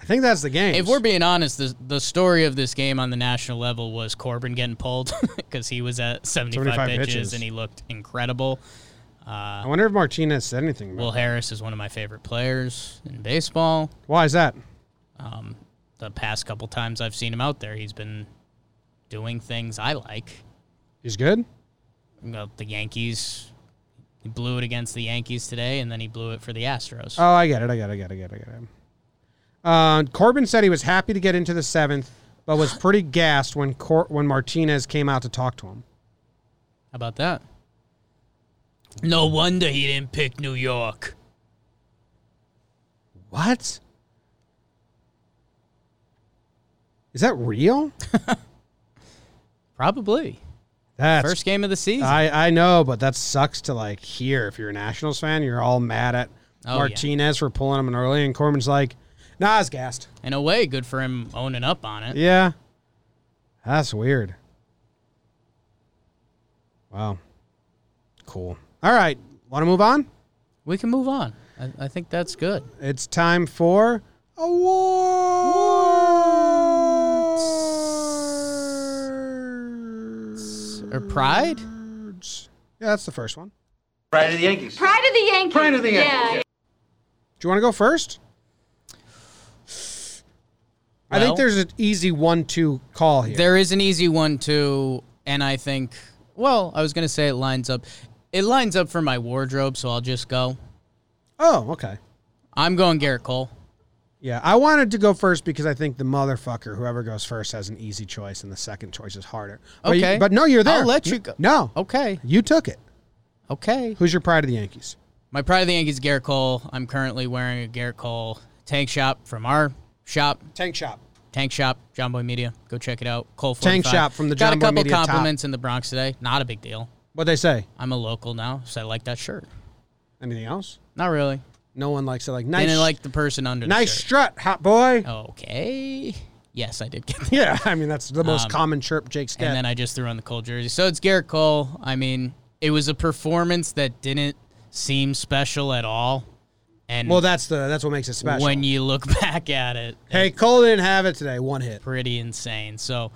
S1: I think that's the game.
S3: If we're being honest, the the story of this game on the national level was Corbin getting pulled *laughs* because he was at 75,
S1: 75
S3: pitches,
S1: pitches.
S3: and he looked incredible.
S1: I wonder if Martinez said anything. About
S3: Will Harris is one of my favorite players in baseball.
S1: Why is that?
S3: The past couple times I've seen him out there, he's been doing things I like.
S1: He's good.
S3: You know, the Yankees, he blew it against the Yankees today, and then he blew it for the Astros.
S1: Oh, I get it. I get it. I get it. I get it. I get it. Uh, Corbin said he was happy to get into the seventh, but was pretty gassed when Cor- when Martinez came out to talk to him.
S3: How about that? No wonder he didn't pick New York.
S1: What? Is that real?
S3: Probably.
S1: That's
S3: First game of the season.
S1: I I know, but that sucks to like hear. If you're a Nationals fan, you're all mad at
S3: Oh, yeah.
S1: Martinez for pulling him in early, and Corbin's like, "Nah, I was gassed."
S3: In a way, good for him owning up on it.
S1: Yeah. That's weird. Wow. Cool. All right. Want to move on?
S3: We can move on. I, I think that's good.
S1: It's time for awards.
S3: Or pride?
S1: Yeah, that's the first one.
S5: Pride of the Yankees.
S9: Pride of the Yankees.
S5: Pride of the Yankees.
S9: Yeah.
S1: Do you want to go first? I
S3: Well-
S1: think there's an easy one-two call here.
S3: There is an easy one too, and I think. Well, I was gonna say it lines up. It lines up for my wardrobe, so I'll just go.
S1: oh, okay.
S3: I'm going Garrett Cole.
S1: Yeah, I wanted to go first because I think the motherfucker, whoever goes first, has an easy choice, and the second choice is harder. But you-
S3: Okay.
S1: but no, you're there.
S3: I'll let you go. Oh.
S1: No,
S3: Okay.
S1: you took it.
S3: Okay.
S1: Who's your pride of the Yankees?
S3: My pride of the Yankees, Garrett Cole. I'm currently wearing a Garrett Cole tank shop from our shop,
S1: Tank Shop.
S3: Tank Shop, John Boy Media. Go check it out. Cole 45.
S1: Tank Shop from the John Boy
S3: Got a couple
S1: Media top.
S3: compliments in the Bronx today. Not a big deal.
S1: What they say?
S3: I'm a local now, so I like that shirt.
S1: Anything else?
S3: Not really.
S1: No one likes it. Like
S3: And
S1: nice,
S3: I like the person under.
S1: nice
S3: The shirt. Oh.
S1: strut, hot boy.
S3: Okay. Yes, I did
S1: *laughs*
S3: get that.
S1: Yeah, I mean that's the most
S3: Um,
S1: common chirp Jake's
S3: And
S1: get.
S3: then I just threw on the Cole jersey. So it's Garrett Cole. I mean, it was a performance that didn't seem special at all. And
S1: Well, that's the that's what makes it special.
S3: when you look *laughs* back at it,
S1: hey, Cole didn't have it today. One hit.
S3: pretty insane. So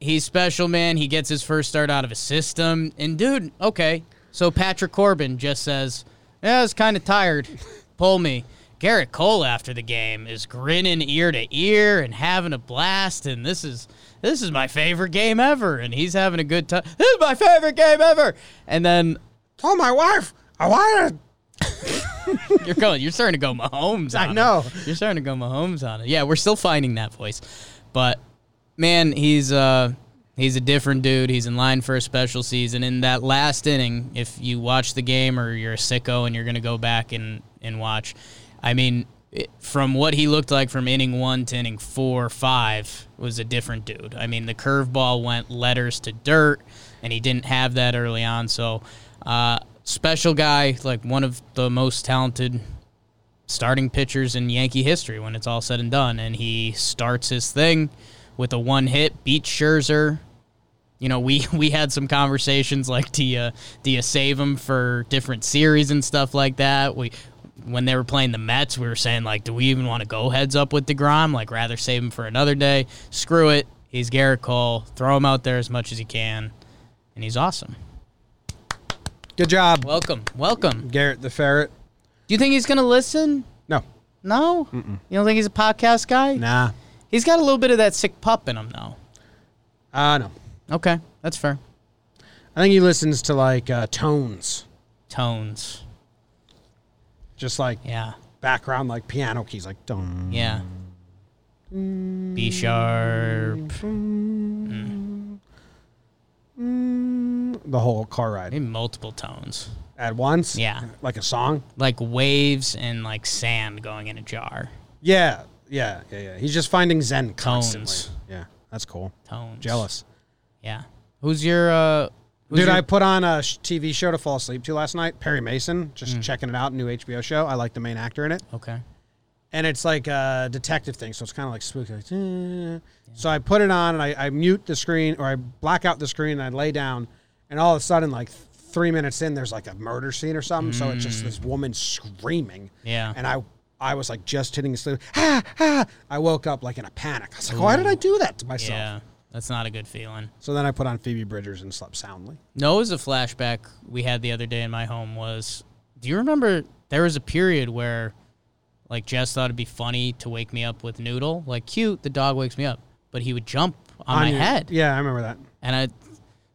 S3: He's special, man. He gets his first start out of his system. And, dude, okay. So Patrick Corbin just says, Yeah, I was kind of tired. Pull me. Garrett Cole after the game is grinning ear to ear and having a blast. And this is this is my favorite game ever. And he's having a good time. This is my favorite game ever. And then
S1: Told my wife I wanted.
S3: You're going. You're starting to go Mahomes. On
S1: I
S3: it.
S1: know.
S3: *laughs* You're starting to go Mahomes on it. Yeah, we're still finding that voice, but man, he's uh he's a different dude. He's in line for a special season. In that last inning, if you watch the game or you're a sicko and you're gonna go back and and watch, I mean, it, from what he looked like from inning one to inning four, five was a different dude. I mean, the curveball went letters to dirt, and he didn't have that early on. So. Uh, special guy, like one of the most talented starting pitchers in Yankee history when it's all said and done. And he starts his thing with a one hit, beats Scherzer. You know, we, *laughs* we had some conversations like, do you, do you save him for different series and stuff like that? We when they were playing the Mets, we were saying like, do we even want to go heads up with Degrom? Like, rather save him for another day. Screw it. He's Garrett Cole. Throw him out there as much as you can, and he's awesome.
S1: Good job,
S3: Welcome, welcome.
S1: Garrett the ferret.
S3: Do you think he's gonna listen?
S1: No,
S3: No. You don't think he's a podcast guy?
S1: nah,
S3: He's got a little bit of that sick pup in him, though.
S1: uh, no.
S3: Okay, that's fair.
S1: I think he listens to like uh, tones,
S3: Tones.
S1: just like
S3: Yeah.
S1: background, like piano keys, like dum.
S3: Yeah. B sharp.
S1: The whole car ride
S3: Maybe multiple tones.
S1: at once.
S3: Yeah.
S1: like a song.
S3: Like waves and like sand going in a jar.
S1: Yeah, yeah, yeah, yeah. He's just finding Zen constantly.
S3: Tones.
S1: Yeah, that's cool.
S3: Tones.
S1: Jealous.
S3: Yeah. Who's your uh who's
S1: Dude,
S3: your-
S1: I put on a sh- TV show to fall asleep to last night. Perry Mason, just
S3: Mm.
S1: checking it out. New HBO show. I like the main actor in it,
S3: Okay.
S1: and it's like a detective thing, so it's kind of like spooky. like, eh. So I put it on, and I, I mute the screen or I black out the screen, and I lay down, and all of a sudden, like th- three minutes in, there's like a murder scene or something. So it's just this woman screaming.
S3: Mm. Yeah.
S1: And I. I was like just hitting sleep. Ah, ah. I woke up like in a panic. I was like, why did I do that to myself?
S3: Yeah. That's not a good feeling.
S1: So then I put on Phoebe Bridgers and slept soundly.
S3: No, it was a flashback we had the other day in my home was do you remember there was a period where like Jess thought it'd be funny to wake me up with Noodle? Like cute, the dog wakes me up. But he would jump on, my
S1: your-
S3: head.
S1: Yeah, I remember that.
S3: And I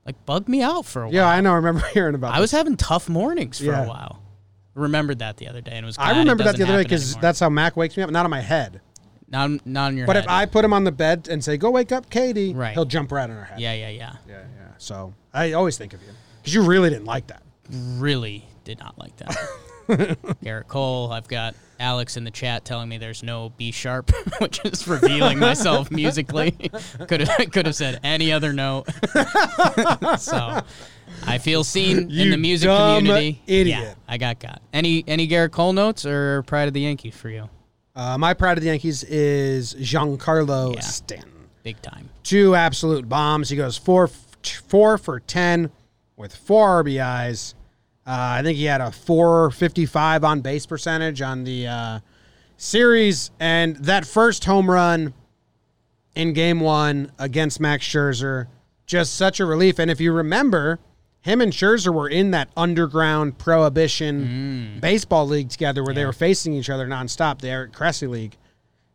S3: like bugged me out for a while.
S1: Yeah, I know. I remember *laughs* hearing about.
S3: I
S1: that.
S3: was having tough mornings for
S1: Yeah.
S3: a while. Remembered that the other day and was glad
S1: I remember
S3: it
S1: that the
S3: doesn't
S1: other day
S3: happen
S1: because
S3: anymore.
S1: that's how Mac wakes me up. Not on my head,
S3: not, on- not on your
S1: but
S3: head.
S1: if I put him on the bed and say, "Go wake up, Katie,"
S3: Right.
S1: he'll jump right on her head.
S3: Yeah, yeah, yeah.
S1: yeah, yeah. So I always think of you because you really didn't like that.
S3: Really did not like that.
S1: *laughs*
S3: Garrett Cole, I've got Alex in the chat telling me there's no B sharp, *laughs* which is revealing myself musically.
S1: *laughs*
S3: could have could have said any other note. *laughs* so I feel seen in
S1: You
S3: the music
S1: dumb
S3: community. Yeah,
S1: idiot.
S3: I got got. Any any Garrett Cole notes or Pride of the Yankee for you?
S1: Uh, my pride of the Yankees is Giancarlo
S3: Yeah.
S1: Stanton.
S3: Big time.
S1: Two absolute bombs. He goes four, f- four for ten with four RBIs. Uh, I think he had a 455 on base percentage on the uh, series. And that first home run in game one against Max Scherzer, just such a relief. And if you remember, him and Scherzer were in that underground prohibition baseball league together where they were facing each other nonstop, the Eric Cressy League.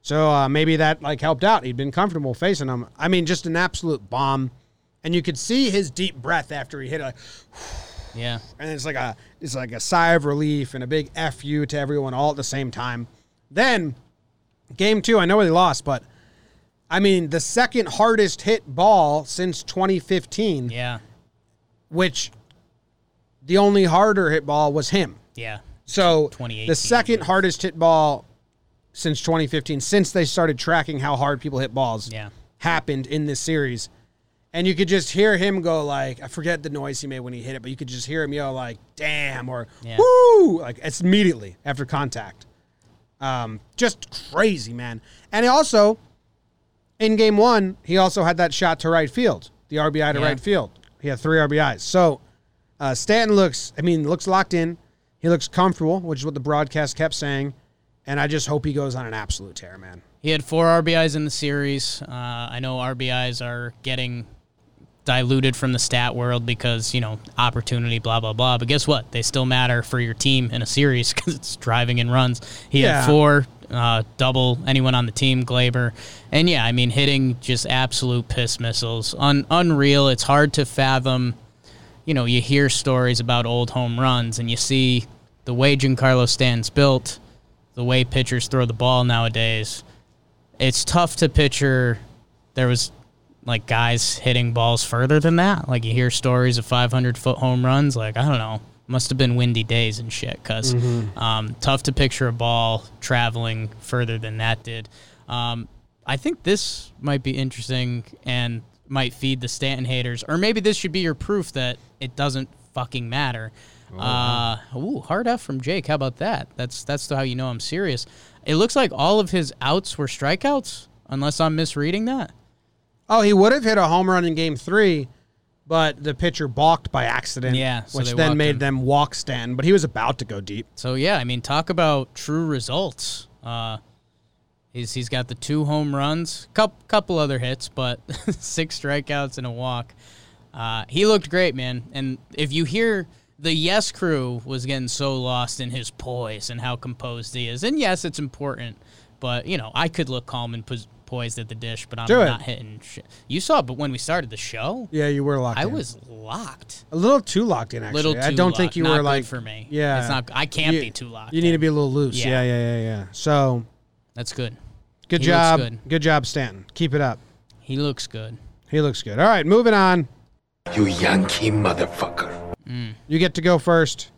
S1: So uh, maybe that like helped out. He'd been comfortable facing him. I mean, just an absolute bomb. And you could see his deep breath after he hit it. Like,
S3: Yeah.
S1: and it's like a it's like a sigh of relief and a big f you to everyone all at the same time. Then game two, I know they lost, but I mean the second hardest hit ball since 2015,
S3: Yeah.
S1: which the only harder hit ball was him.
S3: Yeah.
S1: So
S3: 2018.
S1: the second hardest hit ball since 2015, since they started tracking how hard people hit balls,
S3: Yeah.
S1: happened in this series. And you could just hear him go like, I forget the noise he made when he hit it, but you could just hear him yell like, "Damn!" or
S3: Yeah.
S1: "Woo!" Like it's immediately after contact. Um, just crazy, man. And he also, in game one, he also had that shot to right field, the RBI to
S3: Yeah.
S1: right field. He had three RBIs. So uh, Stanton looks, I mean, looks locked in. He looks comfortable, which is what the broadcast kept saying. And I just hope he goes on an absolute tear, man.
S3: He had four RBIs in the series. Uh, I know RBIs are getting diluted from the stat world because you know opportunity, blah blah blah. But guess what? They still matter for your team in a series *laughs* because it's driving and runs. He
S1: Yeah.
S3: had four uh, double anyone on the team, Glaber, and yeah, I mean hitting just absolute piss missiles, Un- unreal. It's hard to fathom. You know, you hear stories about old home runs, and you see the way Giancarlo Stan's built, the way pitchers throw the ball nowadays it's tough to picture there was like guys hitting balls further than that. Like you hear stories of 500 foot home runs. Like I don't know, must have been windy days and shit. because um, tough to picture a ball traveling further than that did. Um, I think this might be interesting and might feed the Stanton haters, or maybe this should be your proof that it doesn't fucking matter. Uh, ooh, hard F from Jake. How about that? That's that's how you know I'm serious. It looks like all of his outs were strikeouts, unless I'm misreading that.
S1: Oh, he would have hit a home run in game three, but the pitcher balked by accident.
S3: Yeah, so
S1: which
S3: they
S1: then
S3: walked
S1: made
S3: him.
S1: them walk Stanton, but he was about to go deep.
S3: So yeah, I mean, talk about true results. Uh, he's he's got the two home runs, couple couple other hits, but *laughs* six strikeouts and a walk. Uh, he looked great, man. And if you hear the Yes crew was getting so lost in his poise and how composed he is, and yes, it's important, but you know, I could look calm and pos- poised at the dish, but I'm
S1: Do it.
S3: not hitting shit. You saw, but when we started the show,
S1: Yeah, you were locked
S3: I
S1: in.
S3: was locked.
S1: a little too locked in. Actually,
S3: Little
S1: I
S3: too
S1: don't think
S3: locked.
S1: you
S3: Not
S1: were
S3: good
S1: like
S3: for me.
S1: Yeah,
S3: It's not- I can't
S1: You-
S3: be too locked
S1: You need to
S3: in.
S1: be a little loose. Yeah,
S3: Yeah.
S1: yeah, yeah, yeah. So
S3: That's good.
S1: good
S3: He looks
S1: job,
S3: good.
S1: good job, Stanton. Keep it up.
S3: He looks good.
S1: He looks good. All right, moving on.
S5: You Yankee motherfucker.
S3: Mm.
S1: You get to go first.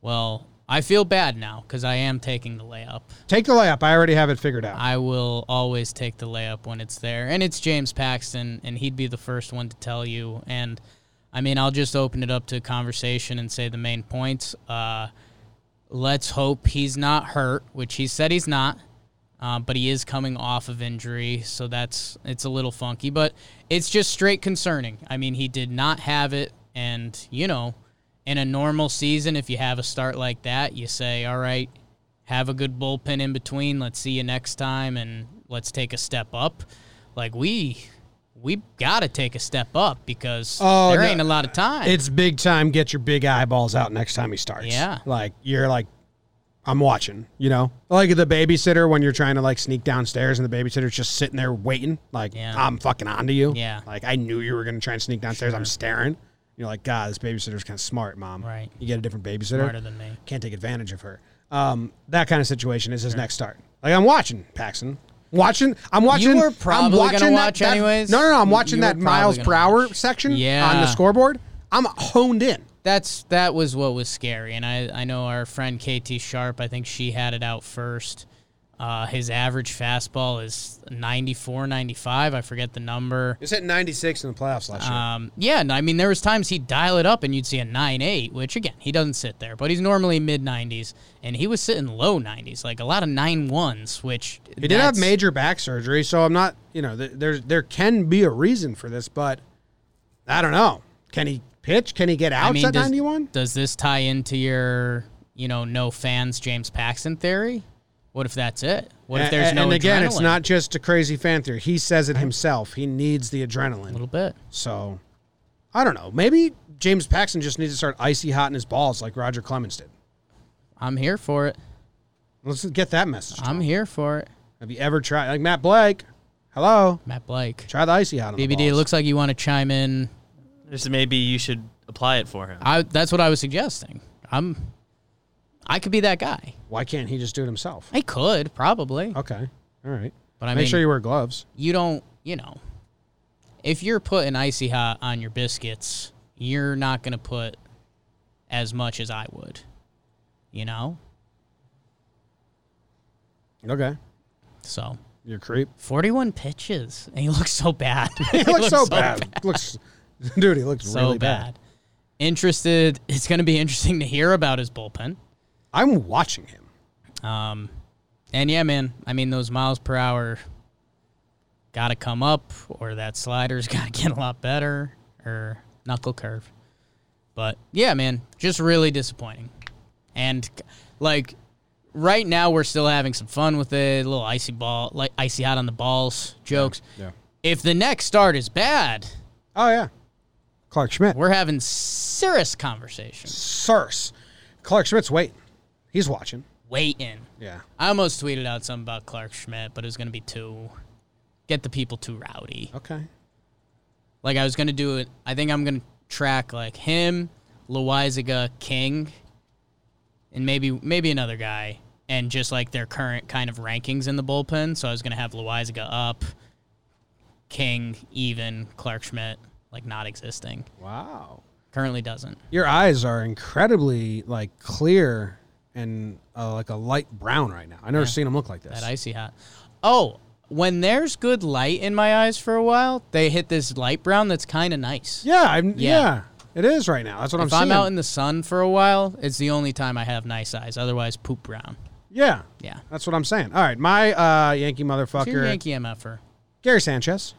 S3: Well, I feel bad now because I am taking the layup.
S1: Take the layup. I already have it figured out.
S3: I will always take the layup when it's there. And it's James Paxton, and he'd be the first one to tell you. And I mean, I'll just open it up to conversation and say the main points. Uh, let's hope he's not hurt, which he said he's not. Uh, but he is coming off of injury, so that's it's a little funky, but it's just straight concerning. I mean, he did not have it, and you know, in a normal season, if you have a start like that, you say, "All right, have a good bullpen in between. Let's see you next time, and let's take a step up." Like we, we gotta take a step up because
S1: Oh,
S3: there
S1: no.
S3: ain't a lot of time.
S1: it's big time. Get your big eyeballs out next time he starts.
S3: Yeah.
S1: Like you're like, I'm watching. You know, like the babysitter when you're trying to like sneak downstairs and the babysitter's just sitting there waiting. Like
S3: Yeah.
S1: I'm fucking onto you.
S3: Yeah.
S1: Like I knew you were gonna try and sneak downstairs. I'm staring. You're like, God, this babysitter's kind of smart, mom.
S3: Right.
S1: You get a different babysitter.
S3: Smarter than me.
S1: Can't take advantage of her. Um, that kind of situation is his next start. Like I'm watching Paxton. Watching, I'm watching.
S3: were
S1: I'm
S3: probably gonna
S1: watching that-
S3: watch
S1: that-
S3: anyways.
S1: No, no, no. I'm watching
S3: You were
S1: that miles
S3: probably
S1: per
S3: gonna
S1: hour
S3: watch.
S1: section on the
S3: Yeah.
S1: scoreboard. I'm honed in.
S3: that's that was what was scary and i i know our friend kt sharp i think she had it out first uh, his average fastball is 94 95 i forget the number
S1: It's at 96 in the playoffs last year.
S3: um, yeah and i mean there was times he'd dial it up and you'd see a 9-8 which again he doesn't sit there but he's normally mid 90s and he was sitting low 90s like a lot of 9-1s which
S1: He did have
S3: that's-
S1: major back surgery, so I'm not, you know, th- there's there can be a reason for this, but I don't know. Can he pitch? Can he get outs at
S3: does,
S1: 91?
S3: does this tie into your you know no fans james paxton theory what if that's it what if
S1: A-
S3: there's
S1: a-
S3: no
S1: and again, it's
S3: adrenaline?
S1: not just a crazy fan theory. He says it himself. He needs the
S3: a
S1: adrenaline.
S3: little bit
S1: So I don't know. Maybe James Paxton just needs to start icy hot in his balls like Roger Clemens did.
S3: I'm here for it.
S1: Let's get that message.
S3: I'm here for it.
S1: Have you ever tried like Matt Blake? Hello,
S3: Matt Blake.
S1: try the icy hot. On the
S3: BBD, it
S1: balls.
S3: looks like you want to chime in.
S9: Just maybe you should apply it for him.
S3: I, that's what I was suggesting. I'm, I could be that guy.
S1: Why can't he just do it himself?
S3: I could probably,
S1: Okay, all right.
S3: but I
S1: Make
S3: mean,
S1: sure you
S3: you
S1: wear gloves.
S3: don't. You know, if you're putting icy hot on your biscuits, you're not gonna put as much as I would. You know,
S1: Okay.
S3: so
S1: You're a creep.
S3: 41 pitches, and he looks so bad. *laughs* he
S1: He looks so bad. *laughs* Looks, dude, he looks
S3: so
S1: really bad.
S3: bad. Interested. It's gonna be *laughs* interesting to hear about his bullpen.
S1: I'm watching him.
S3: Um, and yeah, man. I mean, those miles per hour got to come up, or that slider's *laughs* got to get a lot better, or knuckle curve. But yeah, man, just really disappointing. And like right now, we're still having some fun with it. A little icy ball, like icy hot on the balls jokes.
S1: Yeah.
S3: If the next start is bad,
S1: Oh yeah, Clark Schmidt.
S3: We're having serious conversation.
S1: Sirs, Clark Schmidt's waiting. He's watching.
S3: Waiting.
S1: Yeah.
S3: I almost tweeted out something about Clark Schmidt, but it was going to be too get the people too rowdy.
S1: Okay.
S3: Like I was gonna do it. I think I'm gonna track like him, Loizaga, King, and maybe maybe another guy, and just like their current kind of rankings in the bullpen. So I was gonna have Loizaga up, King even, Clark Schmidt like not existing.
S1: Wow.
S3: Currently doesn't.
S1: Your eyes are incredibly like clear and uh, like a light brown right now. I never seen them look like this.
S3: That icy hot. Oh, when there's good light in my eyes for a while, they hit this light brown that's kind of nice.
S1: yeah, I'm, yeah.
S3: Yeah.
S1: It is right now. That's what I'm
S3: If
S1: seeing.
S3: I'm out in the sun for a while, it's the only time I have nice eyes. Otherwise, poop brown.
S1: yeah.
S3: Yeah.
S1: That's what I'm saying. All right, my uh, Yankee
S3: Who's your
S1: motherfucker,
S3: Yankee er. MFer?
S1: Gary Sanchez.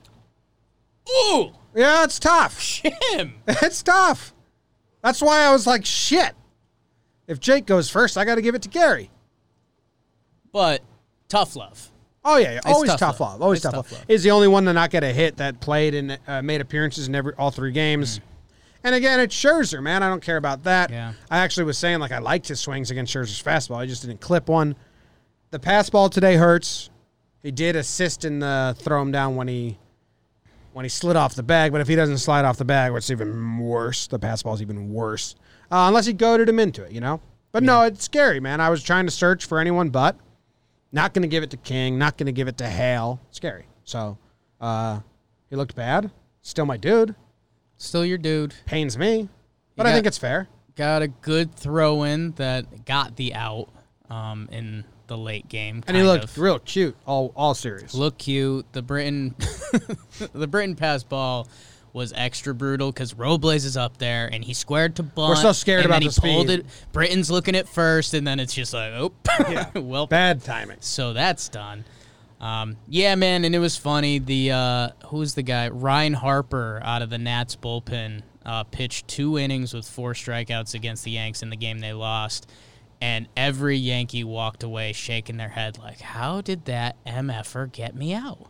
S3: Ooh,
S1: Yeah, it's tough. *laughs*
S3: Jim.
S1: it's tough. That's why I was like, shit. If Jake goes first, I got to give it to Gary.
S3: *laughs* But tough love.
S1: Oh yeah, yeah. always tough,
S3: tough
S1: love.
S3: love.
S1: Always
S3: It's
S1: tough,
S3: tough
S1: love.
S3: love.
S1: Is the only one to not get a hit that played and uh, made appearances in every all three games. And again, it's Scherzer, man. I don't care about that.
S3: Yeah.
S1: I actually was saying like I liked his swings against Scherzer's fastball. I just didn't clip one. The pass ball today hurts. He did assist in the throw him down when he when he slid off the bag. But if he doesn't slide off the bag, what's even worse? The pass ball's even worse. Uh, unless he goaded him into it, you know. But no, it's scary, man. I was trying to search for anyone but. Not going to give it to King. Not going to give it to Hale. Scary. So, uh, he looked bad. Still my dude.
S3: Still your dude.
S1: Pains me, but
S3: You
S1: I
S3: got-
S1: think it's fair.
S3: Got a good throw in that got the out um, in the late game.
S1: And he
S3: kind
S1: looked
S3: of.
S1: real cute. All all serious.
S3: look cute. The Britain, *laughs* the Britain pass ball was extra brutal because Robles is up there and he squared to Blunt.
S1: so scared
S3: and
S1: about
S3: then he
S1: the
S3: pulled
S1: speed.
S3: It. Britain's looking at first, and then it's just like, oh, *laughs* well,
S1: Bad timing.
S3: so that's done. Um, yeah, man, and it was funny. The uh, who's the guy? Ryan Harper out of the Nats bullpen uh, pitched two innings with four strikeouts against the Yanks in the game they lost, and every Yankee walked away shaking their head like, "How did that mf'er get me out?"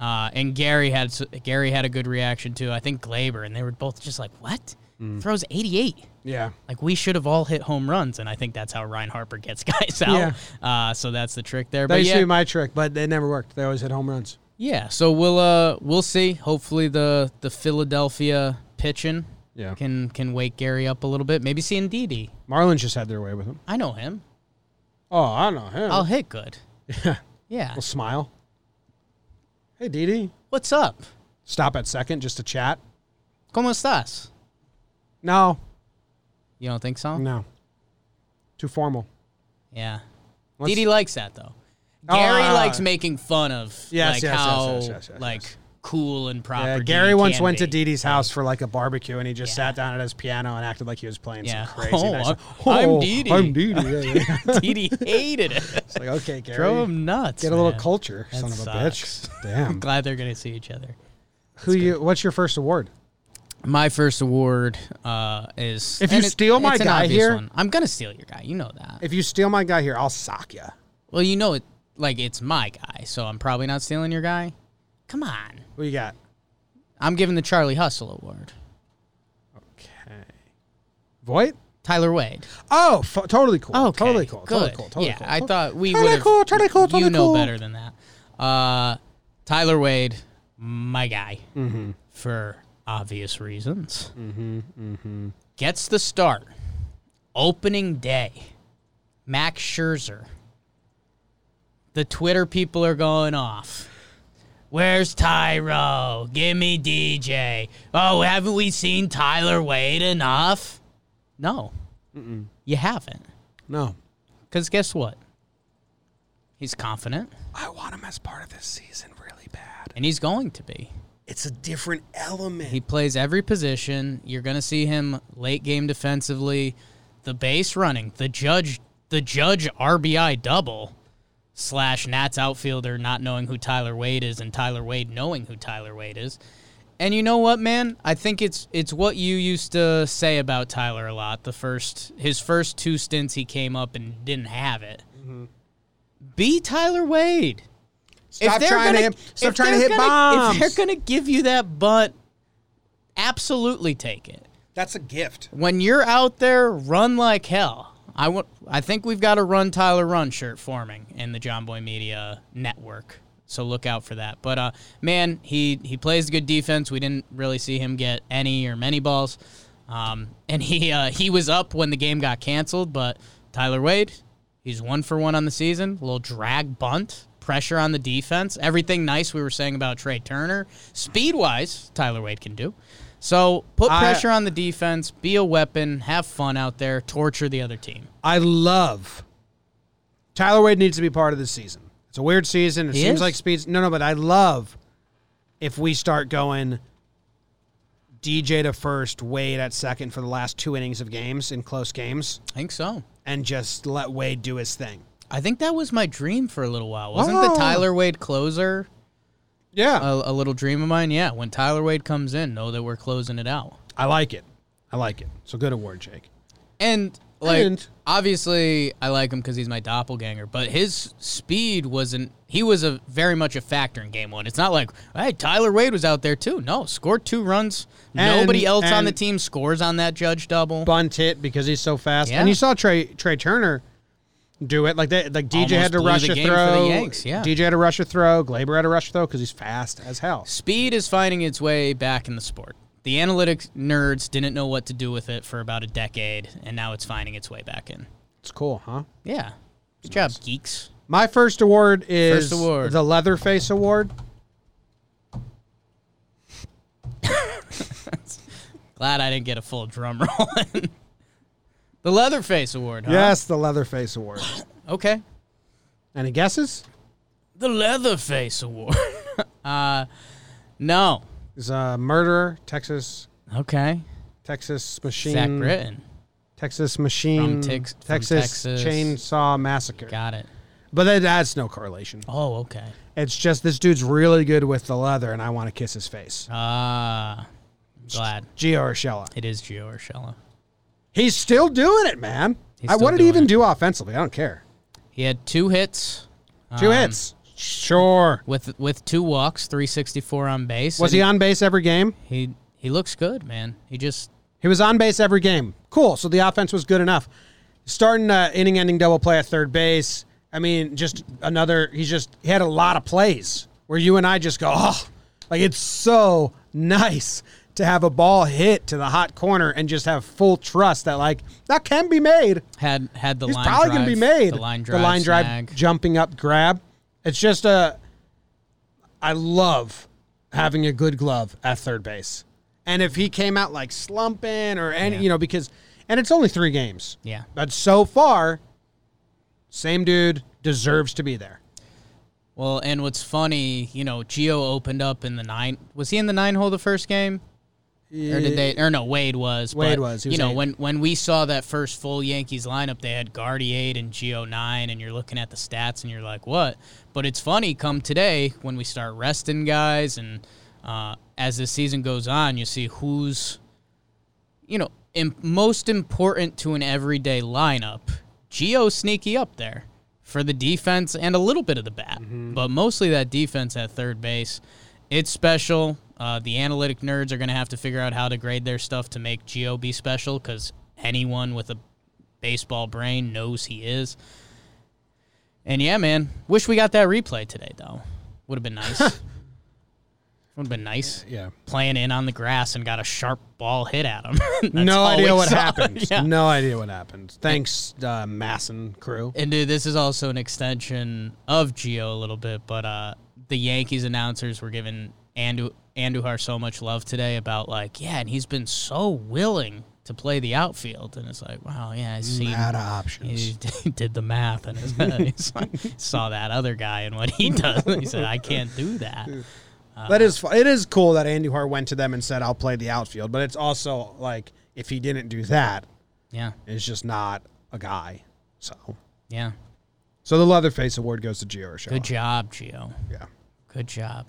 S3: Uh, and Gary had s- Gary had a good reaction too. I think Glaber, and they were both just like, "What?" Throws 88.
S1: Yeah.
S3: Like we should have all hit home runs, and I think that's how Ryan Harper gets *laughs* guys out. Uh, so that's the trick there.
S1: That
S3: but
S1: used to
S3: yeah,
S1: be my trick, but it never worked. They always hit home runs.
S3: yeah. So we'll uh we'll see. Hopefully the the Philadelphia pitching
S1: Yeah.
S3: can can wake Gary up a little bit. Maybe seeing Didi.
S1: Marlins just had their way with him.
S3: I know him.
S1: Oh, I know him.
S3: I'll hit good.
S1: *laughs*
S3: Yeah.
S1: We'll smile. Hey, Dee Dee.
S3: What's up?
S1: Stop at second just to chat.
S3: ¿Cómo estás?
S1: No,
S3: You don't think so?
S1: no. Too formal.
S3: Yeah.
S1: Let's-
S3: Didi likes that though.
S1: Oh,
S3: Gary
S1: uh,
S3: likes making fun of
S1: Yes, yes,
S3: like
S1: yes,
S3: how
S1: yes, yes, yes,
S3: like
S1: yes.
S3: cool and proper.
S1: Yeah,
S3: Didi
S1: Gary once
S3: can
S1: went to
S3: be.
S1: Dee Dee's house for like a barbecue, and he just
S3: Yeah.
S1: sat down at his piano and acted like he was playing
S3: Yeah.
S1: some crazy.
S3: Oh,
S1: nice-
S3: I'm- I'm Dee Dee.
S1: I'm Dee Dee. yeah, yeah. *laughs*
S3: *laughs* Didi hated it.
S1: It's like okay, Gary,
S3: Drove him nuts.
S1: get a little
S3: man.
S1: culture,
S3: That
S1: son of a
S3: sucks.
S1: bitch. *laughs*
S3: *laughs*
S1: Damn.
S3: Glad they're gonna see each other.
S1: Who you? What's your first award?
S3: My first award uh, is
S1: If you
S3: and it-
S1: steal my
S3: it's an
S1: guy
S3: obvious
S1: here-
S3: one. I'm gonna steal your guy. You know that.
S1: If you steal my guy here, I'll sock you.
S3: well, you know it. Like it's my guy, so I'm probably not stealing your guy. Come on,
S1: What you got?
S3: I'm giving the Charlie Hustle award.
S1: Okay. Voight.
S3: Tyler Wade.
S1: Oh, f- totally cool.
S3: Okay,
S1: totally cool.
S3: Good.
S1: Totally cool. Totally
S3: yeah,
S1: cool.
S3: I thought we
S1: Totally
S3: would.
S1: cool, totally cool, totally
S3: You know
S1: cool.
S3: better than that. Uh, Tyler Wade, my guy,
S1: Mm-hmm.
S3: for obvious reasons. Mm-hmm, mm-hmm. Gets the start. Opening day. Max Scherzer. The Twitter people are going off. Where's Tyro? Give me DJ. Oh, haven't we seen Tyler Wade enough? No, you haven't.
S1: No,
S3: Because guess what? He's confident,
S1: I want him as part of this season really bad.
S3: and he's going to be.
S1: It's a different element.
S3: He plays every position. You're going to see him late game defensively, the base running, the judge, the judge RBI double slash Nats outfielder not knowing who Tyler Wade is and Tyler Wade knowing who Tyler Wade is. And you know what, man? I think it's it's what you used to say about Tyler a lot. The first his first two stints he came up and didn't have it.
S1: Mm-hmm.
S3: Be Tyler Wade.
S1: Stop
S3: they're
S1: trying to
S3: gonna-
S1: hit. Stop
S3: if
S1: trying to
S3: they're
S1: hit
S3: gonna-
S1: bombs.
S3: If they're going to give you that butt, absolutely take it.
S1: That's a gift.
S3: When you're out there, run like hell. I want. I think we've got a run Tyler run shirt forming in the John Boy Media network. So look out for that. But uh, man, he he plays good defense. We didn't really see him get any or many balls. Um, and he uh, he was up when the game got canceled. But Tyler Wade, he's one for one on the season. A little drag bunt, pressure on the defense. Everything nice we were saying about Trey Turner. Speed wise, Tyler Wade can do. So put
S1: I-
S3: pressure on the defense. Be a weapon. Have fun out there. Torture the other team.
S1: I love. Tyler Wade needs to be part of this season. It's a weird season. It
S3: He
S1: seems
S3: is?
S1: like speeds. No, no, but I love if we start going DJ to first, Wade at second for the last two innings of games in close games,
S3: I think so.
S1: and just let Wade do his thing.
S3: I think that was my dream for a little while. Wasn't
S1: Oh.
S3: the Tyler Wade closer
S1: Yeah,
S3: a, a little dream of mine? Yeah, when Tyler Wade comes in, know that we're closing it out.
S1: I like it. I like it. So good award, Jake.
S3: And like
S1: And-
S3: obviously I like him cuz he's my doppelganger, but his speed wasn't he was a very much a factor in game 1. It's not like, "Hey, Tyler Wade was out there too." No, scored two runs.
S1: And-
S3: Nobody else on the
S1: and-
S3: team scores on that judge double.
S1: Bunt hit because he's so fast,
S3: Yeah.
S1: and you saw Trey Trey Turner do it. Like they, like DJ had
S3: Almost
S1: to
S3: blew
S1: rush
S3: the
S1: a
S3: game for
S1: throw.
S3: the Yanks, yeah.
S1: DJ had to rush a throw. Glaber had to rush a throw because he's fast as hell.
S3: Speed is finding its way back in the sport. The analytics nerds didn't know what to do with it for about a decade, and now it's finding its way back in.
S1: It's cool, huh?
S3: Yeah. Good job, geeks.
S1: My first award is
S3: First award.
S1: the Leatherface Award.
S3: Glad I didn't get a full drum *laughs* roll. the Leatherface Award, huh?
S1: Yes, the Leatherface Award.
S3: Okay.
S1: Any guesses?
S3: The Leatherface Award. *laughs* uh, no.
S1: He's a murderer, Texas,
S3: Okay.
S1: Texas machine,
S3: Zach Britton.
S1: Texas machine,
S3: From Tex- from
S1: Texas,
S3: Texas.
S1: chainsaw massacre.
S3: Got it.
S1: But that, that's no correlation.
S3: Oh, okay.
S1: It's just this dude's really good with the leather, and I want to kiss his face.
S3: Ah, glad.
S1: Gio Urshela.
S3: It is Gio Urshela.
S1: He's still doing it, man.
S3: He's
S1: I,
S3: still
S1: what did he
S3: doing
S1: even
S3: it.
S1: do offensively? I don't care.
S3: He had two hits.
S1: Two
S3: um,
S1: hits. Sure.
S3: With with two walks, 364 on base.
S1: Was he on base every game?
S3: He he looks good, man. He just
S1: He was on base every game. Cool. So the offense was good enough. Starting uh, inning ending double play at third base. I mean, just another. He's just he had a lot of plays where you and I just go, oh, like it's so nice to have a ball hit to the hot corner and just have full trust that like that can be made.
S3: had had the
S1: He's
S3: line
S1: probably
S3: drive.
S1: gonna be made.
S3: The line drive. snag.
S1: jumping up grab. It's just a. I love having a good glove at third base, and if he came out like slumping or any, you know, because, and it's only three games,
S3: Yeah.
S1: but so far, same dude deserves to be there.
S3: Well, and what's funny, you know, Gio opened up in the nine. Was he in the nine hole the first game? Or did they? Or no, Wade was.
S1: Wade
S3: but,
S1: was, he
S3: You
S1: was
S3: know,
S1: eight.
S3: when when we saw that first full Yankees lineup, they had Guardy eight and Gio nine, and you're looking at the stats and you're like, what? But it's funny. Come today, when we start resting guys, and uh, as this season goes on, you see who's you know, im- most important to an everyday lineup, Geo sneaky up there for the defense and a little bit of the bat, but mostly that defense at third base. It's special. Uh, the analytic nerds are going to have to figure out how to grade their stuff to make Geo be special because anyone with a baseball brain knows he is. And yeah, man, wish we got that replay today though. Would have been nice. Would have been nice
S1: Yeah,
S3: playing in on the grass and got a sharp ball hit at him. *laughs* That's
S1: no
S3: all we
S1: idea what
S3: *laughs* saw.
S1: happened.
S3: Yeah.
S1: No idea what happened. Thanks, uh, Masson crew.
S3: And dude, this is also an extension of Geo a little bit, but uh, the Yankees announcers were giving Andu Andujar so much love today about like, yeah, and he's been so willing to play the outfield, and it's like, wow, yeah, I see.
S1: Out of options.
S3: *laughs* He did the math in his head. He's like, *laughs* saw that other guy and what he does. *laughs* He said, I can't
S1: *laughs*
S3: do that.
S1: That is fu- it is cool that Andy Hart went to them and said, "I'll play the outfield," but it's also like if he didn't do that,
S3: Yeah,
S1: it's just not a guy. So,
S3: yeah.
S1: so the Leatherface Award goes to Gio Urshela.
S3: Good job, Geo.
S1: Yeah.
S3: Good job.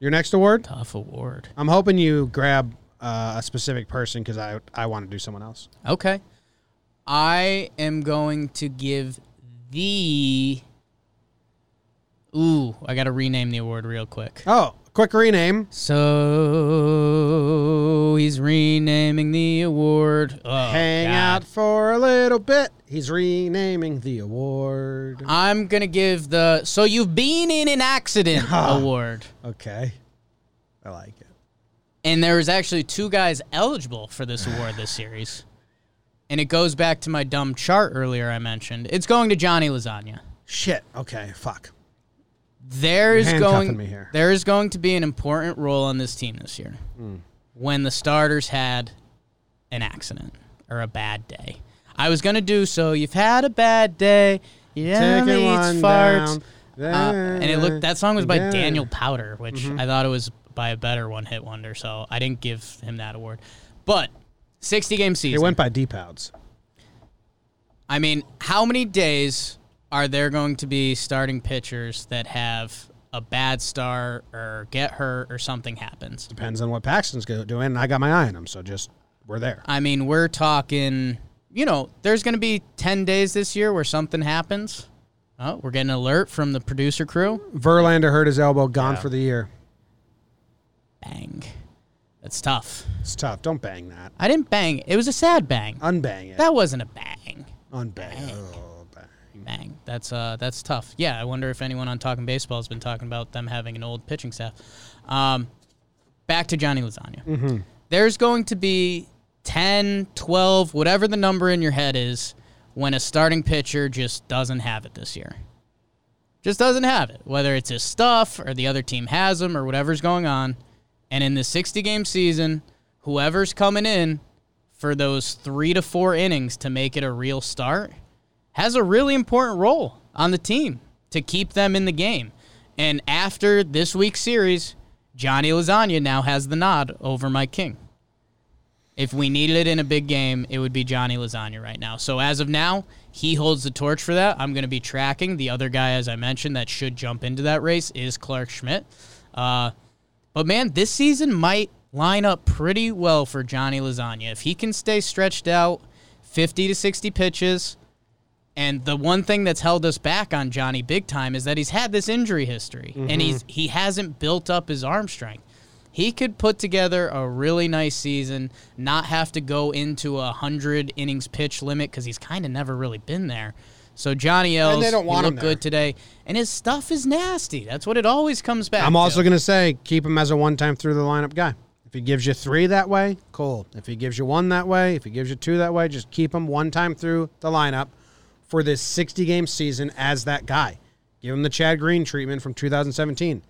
S1: Your next award,
S3: Tough award.
S1: I'm hoping you grab uh, a specific person because I I want to do someone else.
S3: Okay. I am going to give the. Ooh, I got to rename the award real quick.
S1: Oh, quick rename.
S3: So he's renaming the award. Oh,
S1: Hang
S3: God.
S1: out for a little bit. He's renaming the award.
S3: I'm gonna give the so you've been in an
S1: *laughs*
S3: accident award,
S1: Okay. I like it.
S3: and there was actually two guys eligible for this award this series, and it goes back to my dumb chart earlier I mentioned. It's going to Johnny Lasagna.
S1: Shit. Okay. Fuck.
S3: There is
S1: You're handcuffing
S3: going
S1: me here.
S3: there is going to be an important role on this team this year
S1: Hmm.
S3: when the starters had an accident or a bad day. I was gonna do so. You've had a bad day. Yeah,
S1: Taking
S3: eats
S1: one
S3: farts.
S1: down.
S3: Uh, and it looked that song was by
S1: Yeah. Mm-hmm.
S3: Daniel Powder, which I thought it was by a better one hit wonder, so I didn't give him that award. But sixty game
S1: It
S3: season.
S1: went by deep outs.
S3: I mean, how many days are there going to be starting pitchers that have a bad star or get hurt or something happens?
S1: Depends on what Paxton's go- doing. And I got my eye on him, so just we're there.
S3: I mean, we're talking, you know, there's going to be 10 days this year where something happens. Oh, we're getting an alert from the producer crew.
S1: Verlander hurt his elbow. Gone for the year.
S3: Bang. That's tough.
S1: It's tough. Don't bang that.
S3: I didn't bang. It was a sad bang.
S1: Unbang it.
S3: That wasn't a bang.
S1: Unbang. Oh, bang.
S3: Bang. That's uh that's tough. Yeah, I wonder if anyone on Talking Baseball has been talking about them having an old pitching staff. Um, back to Johnny Lasagna. There's going to be 10, 12, whatever the number in your head is when a starting pitcher just doesn't have it this year. Just doesn't have it. Whether it's his stuff or the other team has him or whatever's going on. And in the 60 game season, whoever's coming in for those three to four innings to make it a real start has a really important role on the team to keep them in the game. And after this week's series, Johnny Lasagna now has the nod over Mike King. If we needed it in a big game, it would be Johnny Lasagna right now. So as of now, he holds the torch for that. I'm going to be tracking the other guy, as I mentioned, that should jump into that race is Clark Schmidt. Uh, but man, this season might line up pretty well for Johnny Lasagna if he can stay stretched out, 50 to 60 pitches. And the one thing that's held us back on Johnny big time is that he's had this injury history and
S1: Mm-hmm.
S3: he's he hasn't built up his arm strength. He could put together a really nice season, not have to go into a 100 innings pitch limit cuz he's kind of never really been there. So Johnny L's
S1: don't
S3: he
S1: want him
S3: looked
S1: there.
S3: good today and his stuff is nasty. That's what it always comes back
S1: I'm
S3: to.
S1: also going to say keep him as a one time through the lineup guy. If he gives you three that way, cool. If he gives you one that way, if he gives you two that way, just keep him one time through the lineup for this 60 game season as that guy. Give him the Chad Green treatment from 2017.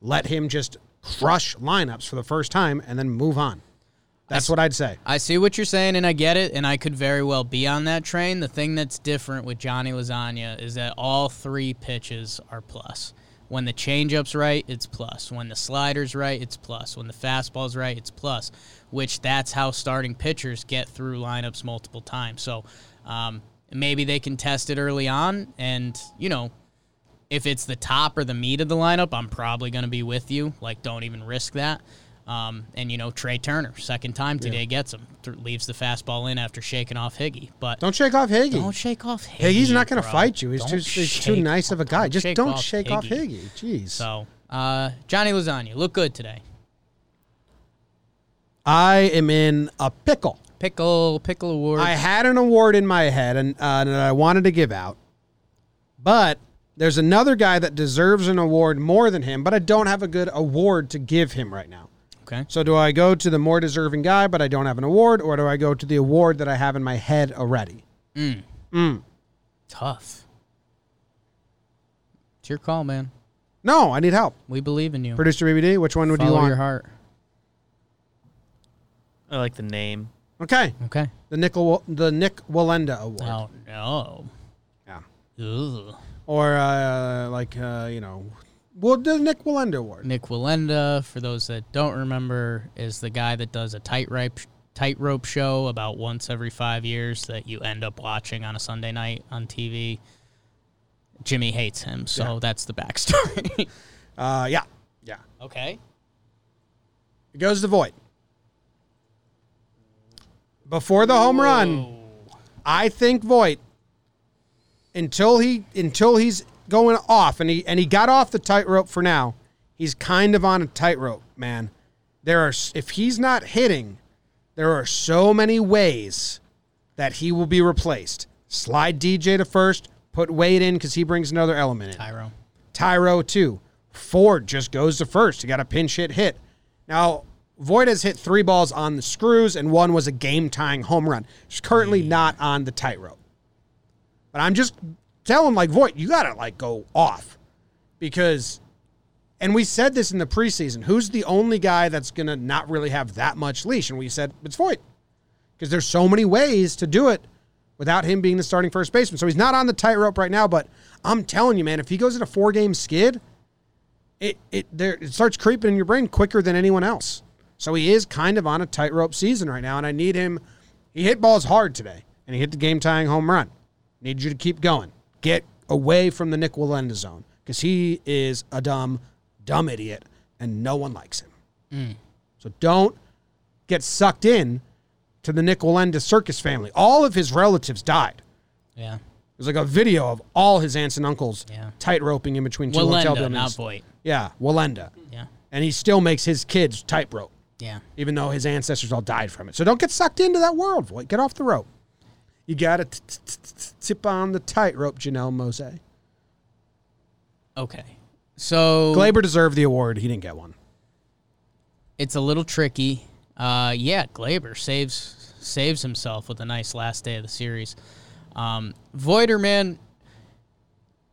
S1: Let him just crush lineups for the first time and then move on. That's what I'd say.
S3: I see what you're saying, and I get it, and I could very well be on that train. The thing that's different with Johnny Lasagna is that all three pitches are plus. When the changeup's right, it's plus. When the slider's right, it's plus. When the fastball's right, it's plus. Which that's how starting pitchers get through lineups multiple times. So um, maybe they can test it early on, and you know, if it's the top or the meat of the lineup, I'm probably going to be with you. Like, don't even risk that. Um, and you know, Trey Turner, second time today, gets him. Th- leaves the fastball in after shaking off Higgy, but don't,
S1: Don't shake off Higgy.
S3: shake off Higgy.
S1: Higgy's not going to
S3: bro.
S1: fight you. He's
S3: Don't
S1: too, he's too
S3: shake-
S1: nice of a guy. Just don't shake off
S3: Higgy.
S1: Higgy. Jeez.
S3: So, uh, Johnny Lasagna, look good today.
S1: I am in a pickle.
S3: Pickle, pickle award.
S1: I had an award in my head and uh, that I wanted to give out, but there's another guy that deserves an award more than him, but I don't have a good award to give him right now.
S3: okay.
S1: So do I go to the more deserving guy, but I don't have an award, or do I go to the award that I have in my head already?
S3: Tough. It's your call, man.
S1: No, I need help.
S3: We believe in you.
S1: Producer BBD, which one would
S3: Follow
S1: you want?
S3: your heart.
S9: I like the name.
S1: Okay,
S3: Okay.
S1: the Nickel, the Nick Walenda Award,
S3: Oh no.
S1: Yeah.
S3: Ugh.
S1: or uh, like uh, you know, well, the Nick Walenda Award.
S3: Nick Walenda, for those that don't remember, is the guy that does a tightrope tightrope show about once every five years that you end up watching on a Sunday night on TV. Jimmy hates him, so that's the backstory. *laughs*
S1: Uh, yeah, yeah.
S3: okay.
S1: It goes to Void. Before the home run, I think Voigt until he until he's going off and he and he got off the tightrope for now. He's kind of on a tightrope, man. There are s- if he's not hitting There are so many ways that he will be replaced. Slide DJ to first, put Wade in because he brings another element in.
S3: Tyro.
S1: Tyro too. Ford just goes to first. He got a pinch hit hit. Now, Void has hit three balls on the screws, and one was a game tying home run. He's currently not on the tightrope. But I'm just telling like Void, you gotta like go off. Because and we said this in the preseason, who's the only guy that's gonna not really have that much leash? And we said it's Void. Because there's so many ways to do it without him being the starting first baseman. So he's not on the tightrope right now, but I'm telling you, man, if he goes in a four game skid, it it there it starts creeping in your brain quicker than anyone else. So he is kind of on a tightrope season right now, and I need him. He hit balls hard today, and he hit the game tying home run. Need you to keep going. Get away from the Nick Walenda zone because he is a dumb, dumb idiot, and no one likes him. So don't get sucked in to the Nick Walenda circus family. All of his relatives died.
S3: Yeah.
S1: There's like a video of all his aunts and uncles
S3: Yeah.
S1: tight tightroping in between two hotel
S3: Walenda,
S1: buildings.
S3: not Voight.
S1: Yeah, Walenda.
S3: Yeah.
S1: And he still makes his kids tightrope,
S3: Yeah.
S1: even though his ancestors all died from it. So don't get sucked into that world, boy. Get off the rope. You got to tip on the tightrope, Janelle Mose.
S3: Okay. So
S1: Glaber deserved the award. He didn't get one.
S3: it's a little tricky. Uh, yeah, Glaber saves saves himself with a nice last day of the series. Um, Voider, man,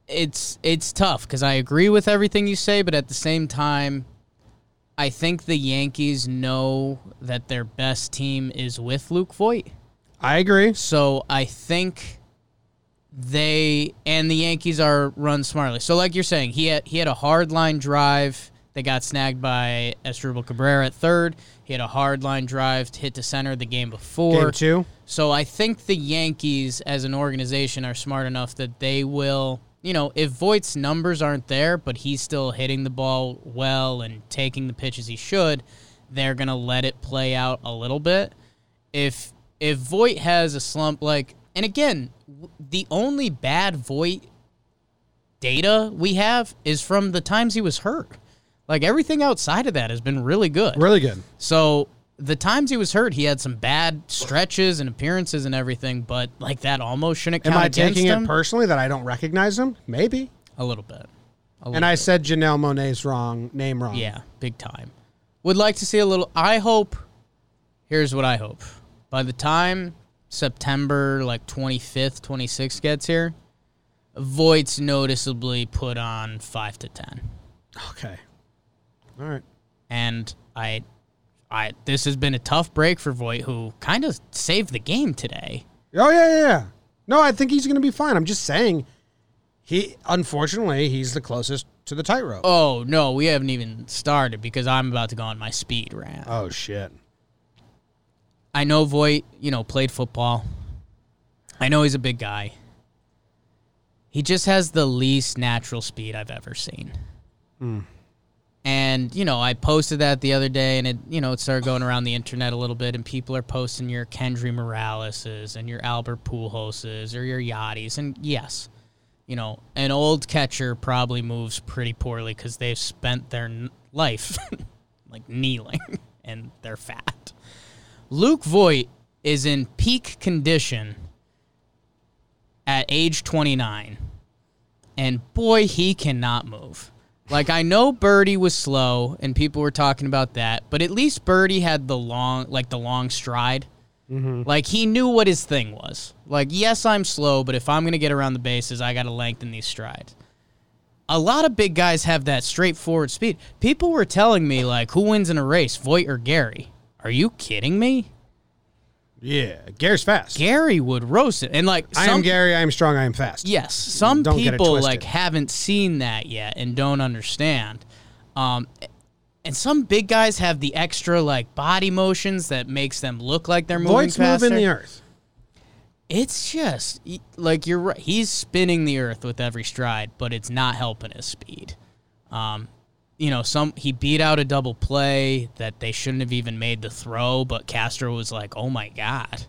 S3: it's it's tough because I agree with everything you say, but at the same time, I think the Yankees know that their best team is with Luke Voigt.
S1: I agree.
S3: So I think they and the Yankees are run smartly. So like you're saying, he had he had a hard line drive that got snagged by Estrubel Cabrera at third. He had a hard line drive to hit to center the game before.
S1: Game two.
S3: So I think the Yankees as an organization are smart enough that they will, you know, if Voight's numbers aren't there, but he's still hitting the ball well and taking the pitches he should, they're going to let it play out a little bit. If if Voight has a slump like and again, w- the only bad Voight data we have is from the times he was hurt. Like everything outside of that has been really good.
S1: Really good.
S3: So the times he was hurt, he had some bad stretches and appearances and everything, but like that almost shouldn't
S1: Am
S3: count
S1: I
S3: against
S1: taking
S3: him.
S1: it personally that I don't recognize him? Maybe.
S3: a little bit. A
S1: And
S3: little,
S1: I said Janelle Monet's wrong name wrong.
S3: yeah, big time. Would like to see a little. I hope. Here's what I hope. By the time September like 25th, 26th gets here, Voight's noticeably put on five to ten.
S1: Okay. All right.
S3: and I, I this has been a tough break for Voight, who kind of saved the game today.
S1: Oh yeah, yeah, yeah. No, I think he's going to be fine. I'm just saying, he unfortunately he's the closest to the tightrope.
S3: Oh no, we haven't even started because I'm about to go on my speed rant.
S1: Oh shit.
S3: I know Voight, you know, played football. I know he's a big guy. He just has the least natural speed I've ever seen. And, you know, I posted that the other day and it, you know, it started going around the internet a little bit and people are posting your Kendry Moraleses and your Albert Pujolses or your Yachty's. And yes, you know, an old catcher probably moves pretty poorly because they've spent their n- life *laughs* like kneeling *laughs* and they're fat. Luke Voigt is in peak condition at age 29. And boy, he cannot move. Like, I know Birdie was slow and people were talking about that, but at least Birdie had the long, like, the long stride. Like, he knew what his thing was. Like, yes, I'm slow, but if I'm going to get around the bases, I got to lengthen these strides. A lot of big guys have that straightforward speed. People were telling me, like, who wins in a race, Voigt or Gary? Are you kidding me?
S1: Yeah, Gary's fast.
S3: Gary would roast it. And like
S1: I
S3: some-
S1: am Gary. I am strong. I am fast.
S3: Yes, some
S1: Don't get it
S3: people
S1: twisted.
S3: like haven't seen that yet and don't understand. Um, and some big guys have the extra like body motions that makes them look like they're moving
S1: Voight's
S3: faster.
S1: moving the earth.
S3: It's just y- like you're right. He's spinning the earth with every stride, but it's not helping his speed. Um, you know, some he beat out a double play that they shouldn't have even made the throw, but Castro was like, "Oh my god,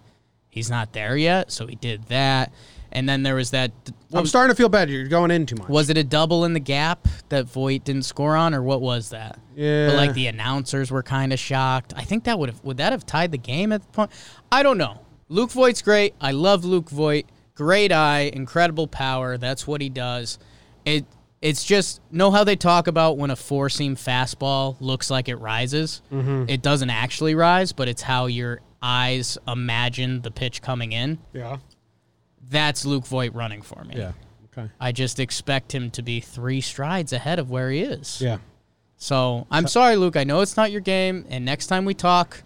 S3: he's not there yet," so he did that. And then there was that. What,
S1: I'm starting to feel bad. You're going in too much.
S3: was it a double in the gap that Voight didn't score on, or what was that?
S1: Yeah.
S3: But like the announcers were kind of shocked. I think that would have would that have tied the game at the point? I don't know. Luke Voigt's great. I love Luke Voigt. Great eye, incredible power. That's what he does. It it's just know how they talk about when a four seam fastball looks like it rises.
S1: Mm-hmm.
S3: It doesn't actually rise, but it's how your eyes imagine the pitch coming in.
S1: yeah.
S3: That's Luke Voigt running for me.
S1: Yeah. Okay.
S3: I just expect him to be three strides ahead of where he is.
S1: Yeah.
S3: So I'm sorry, Luke. I know it's not your game. And next time we talk,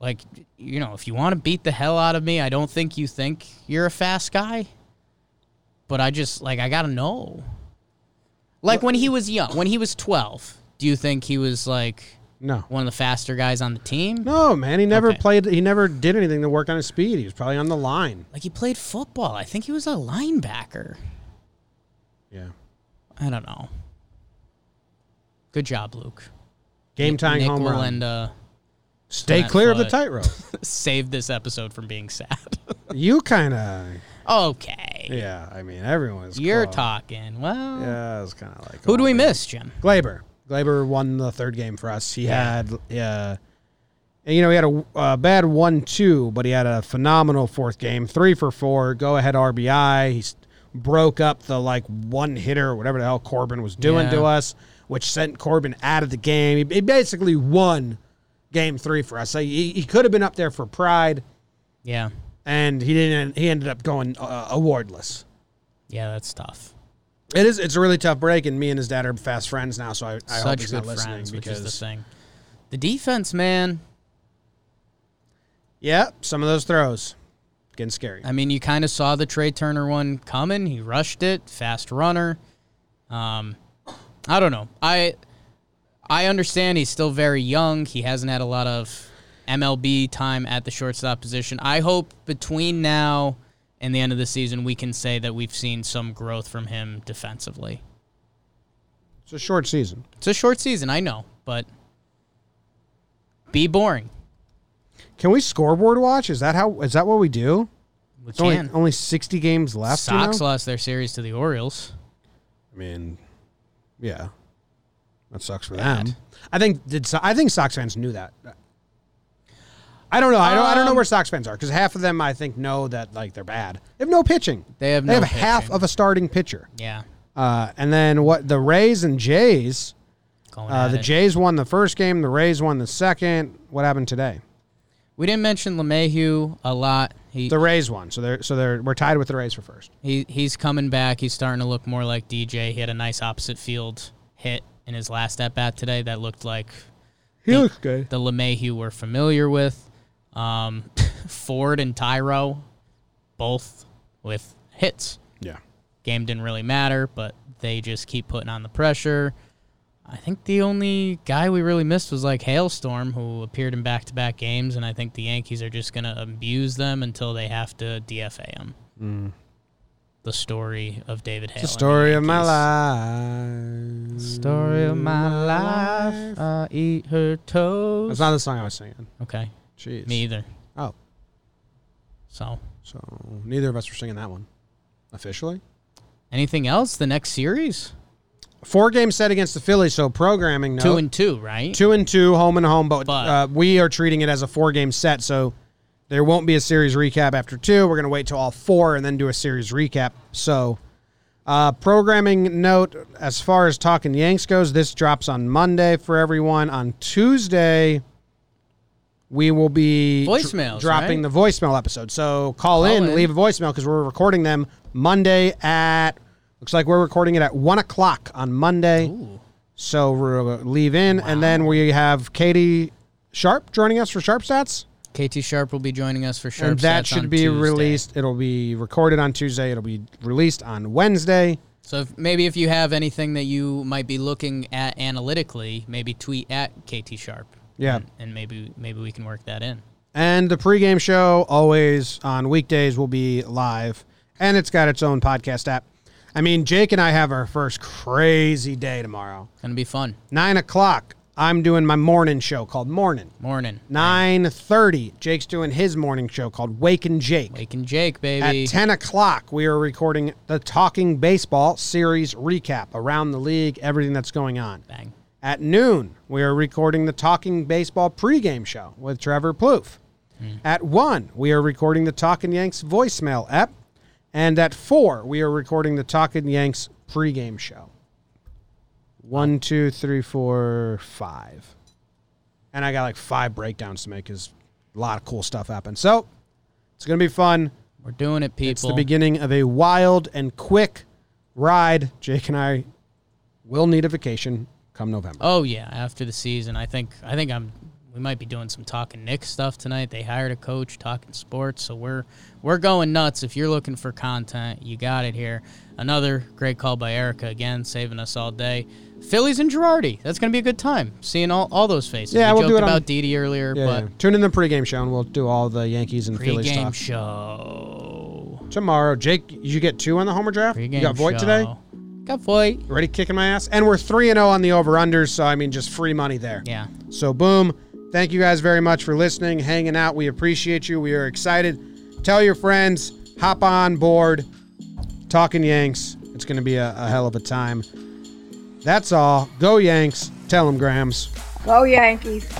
S3: like, you know, if you want to beat the hell out of me, I don't think you think you're a fast guy. But I just, like, I got to know. Like, when he was young, when he was 12, do you think he was, like,
S1: No.
S3: one of the faster guys on the team?
S1: No, man. He never
S3: Okay.
S1: played. He never did anything to work on his speed. He was probably on the line.
S3: Like, he played football. I think he was a linebacker.
S1: Yeah.
S3: I don't know. Good job, Luke.
S1: Game tying
S3: Nick
S1: home
S3: will
S1: run.
S3: end, uh,
S1: Stay
S3: that
S1: clear of the
S3: foot.
S1: tightrope.
S3: *laughs* save this episode from being sad. *laughs*
S1: you kind of.
S3: okay.
S1: Yeah. I mean, everyone's.
S3: You're
S1: close.
S3: talking. Well,
S1: Yeah, it's kind of like.
S3: who do we
S1: over.
S3: miss, Jim?
S1: Glaber. Glaber won the third game for us. He
S3: Yeah.
S1: had, yeah, and, you know, he had a uh, bad one-two, but he had a phenomenal fourth game, three for four, go-ahead RBI. He s- broke up the like one hitter, whatever the hell Corbin was doing
S3: Yeah.
S1: to us, which sent Corbin out of the game. He, he basically won game three for us. So he, he could have been up there for pride,
S3: Yeah.
S1: and he didn't. He ended up going uh, awardless.
S3: Yeah, that's tough.
S1: It is. It's a really tough break, and me and his dad are fast friends now. So I, I hope
S3: Such
S1: he's
S3: good
S1: not listening
S3: friends, which
S1: because
S3: is the thing. The defense, man.
S1: Yeah, some of those throws getting scary.
S3: I mean, you kind of saw the Trey Turner one coming. He rushed it, fast runner. Um, I don't know. I I understand he's still very young. He hasn't had a lot of MLB time at the shortstop position. I hope between now and the end of the season, we can say that we've seen some growth from him defensively.
S1: It's a short season.
S3: It's a short season, I know, but be boring.
S1: Can we scoreboard watch? Is that how? Is that what we do?
S3: We
S1: It's only,
S3: can.
S1: only sixty games left. you
S3: Sox
S1: know?
S3: lost their series to the Orioles.
S1: I mean, yeah, that sucks for them. I think did So- I think Sox fans knew that. I don't know. I don't. I don't know
S3: Um,
S1: where Sox fans are because half of them I think know that like they're bad. They have no pitching.
S3: They have
S1: They
S3: no
S1: have half
S3: pitching.
S1: of a starting pitcher.
S3: Yeah,
S1: Uh, and then what? The Rays and Jays.
S3: going
S1: Uh,
S3: at
S1: the
S3: it.
S1: Jays won the first game. The Rays won the second. What happened today?
S3: we didn't mention LeMahieu a lot. He,
S1: The Rays won, so they're so they're we're tied with the Rays for first.
S3: he he's coming back. He's starting to look more like DJ. He had a nice opposite field hit in his last at bat today that looked like
S1: He looks good.
S3: the LeMahieu we're familiar with. Um, *laughs* Ford and Tyro, both with hits.
S1: Yeah,
S3: game didn't really matter, but they just keep putting on the pressure. I think the only guy we really missed was like Hailstorm, who appeared in back to back games, and I think the Yankees are just going to abuse them until they have to DFA him. Mm. The story of David Hale.
S1: the
S3: and
S1: story of my
S3: Yankees.
S1: life.
S3: Story of my life. I eat her toes.
S1: That's not the song I was singing.
S3: okay.
S1: Jeez.
S3: Me either.
S1: Oh,
S3: So,
S1: so neither of us were singing that one officially.
S3: anything else? The next series?
S1: Four game set against the Phillies. So programming no
S3: Two and two, right?
S1: two and two home and home, but,
S3: But-
S1: uh, we are treating it as a four game set. So there won't be a series recap after two. We're gonna wait till all four and then do a series recap. So. Uh, programming note as far as talking Yanks goes, this drops on Monday for everyone. On Tuesday, we will be dr-
S3: Voicemails,
S1: dropping
S3: right?
S1: the voicemail episode. So call, in,
S3: in.
S1: leave a voicemail because we're recording them Monday at looks like we're recording it at one o'clock on Monday. So we'll leave in, and then we have Katie Sharp joining us for Sharp Stats,
S3: KT Sharp will be joining us for Sharp
S1: and that
S3: Stats
S1: should
S3: on
S1: be
S3: Tuesday.
S1: released. It'll be recorded on Tuesday. It'll be released on Wednesday.
S3: So if, maybe if you have anything that you might be looking at analytically, maybe tweet at KT Sharp.
S1: Yeah.
S3: And, and maybe maybe we can work that in.
S1: And the pregame show, always on weekdays, will be live. And it's got its own podcast app. I mean, Jake and I have our first crazy day tomorrow.
S3: Gonna be fun.
S1: Nine o'clock I'm doing my morning show called Morning.
S3: Morning.
S1: Nine thirty. Jake's doing his morning show called Wake and Jake.
S3: Waking Jake,
S1: At
S3: baby.
S1: 10 o'clock, we are recording the Talking Baseball Series recap around the league, everything that's going on.
S3: Bang.
S1: At noon, we are recording the Talking Baseball pregame show with Trevor Plouffe. At 1, we are recording the Talking Yanks voicemail app. And at 4, we are recording the Talking Yanks pregame show. One, two, three, four, five. And I got like five breakdowns to make because a lot of cool stuff happened. So it's going to be fun.
S3: We're doing it, people.
S1: It's the beginning of a wild and quick ride. Jake and I will need a vacation come November.
S3: Oh yeah, after the season, I think I think I'm. We might be doing some talking Knicks stuff tonight. They hired a coach, talking sports, so we're we're going nuts. If you're looking for content, you got it here. Another great call by Erica again, saving us all day. Phillies and Girardi. That's gonna be a good time seeing all, all those faces.
S1: Yeah,
S3: we
S1: we'll do it
S3: joked
S1: on-
S3: about Didi earlier,
S1: yeah,
S3: but
S1: yeah. Tune in the pregame show and we'll do all the Yankees and Phillies
S3: pregame
S1: stuff
S3: show.
S1: tomorrow. Jake, you get two on the homer draft.
S3: Pregame
S1: you got Voight
S3: show.
S1: today.
S3: Got Voight.
S1: Already kicking my ass, and we're three and zero on the over unders. So I mean, just free money there.
S3: Yeah.
S1: So boom. Thank you guys very much for listening, hanging out. We appreciate you. We are excited. Tell your friends. Hop on board. Talking Yanks. It's going to be a, a hell of a time. That's all. Go Yanks. Tell them Grams.
S10: Go Yankees.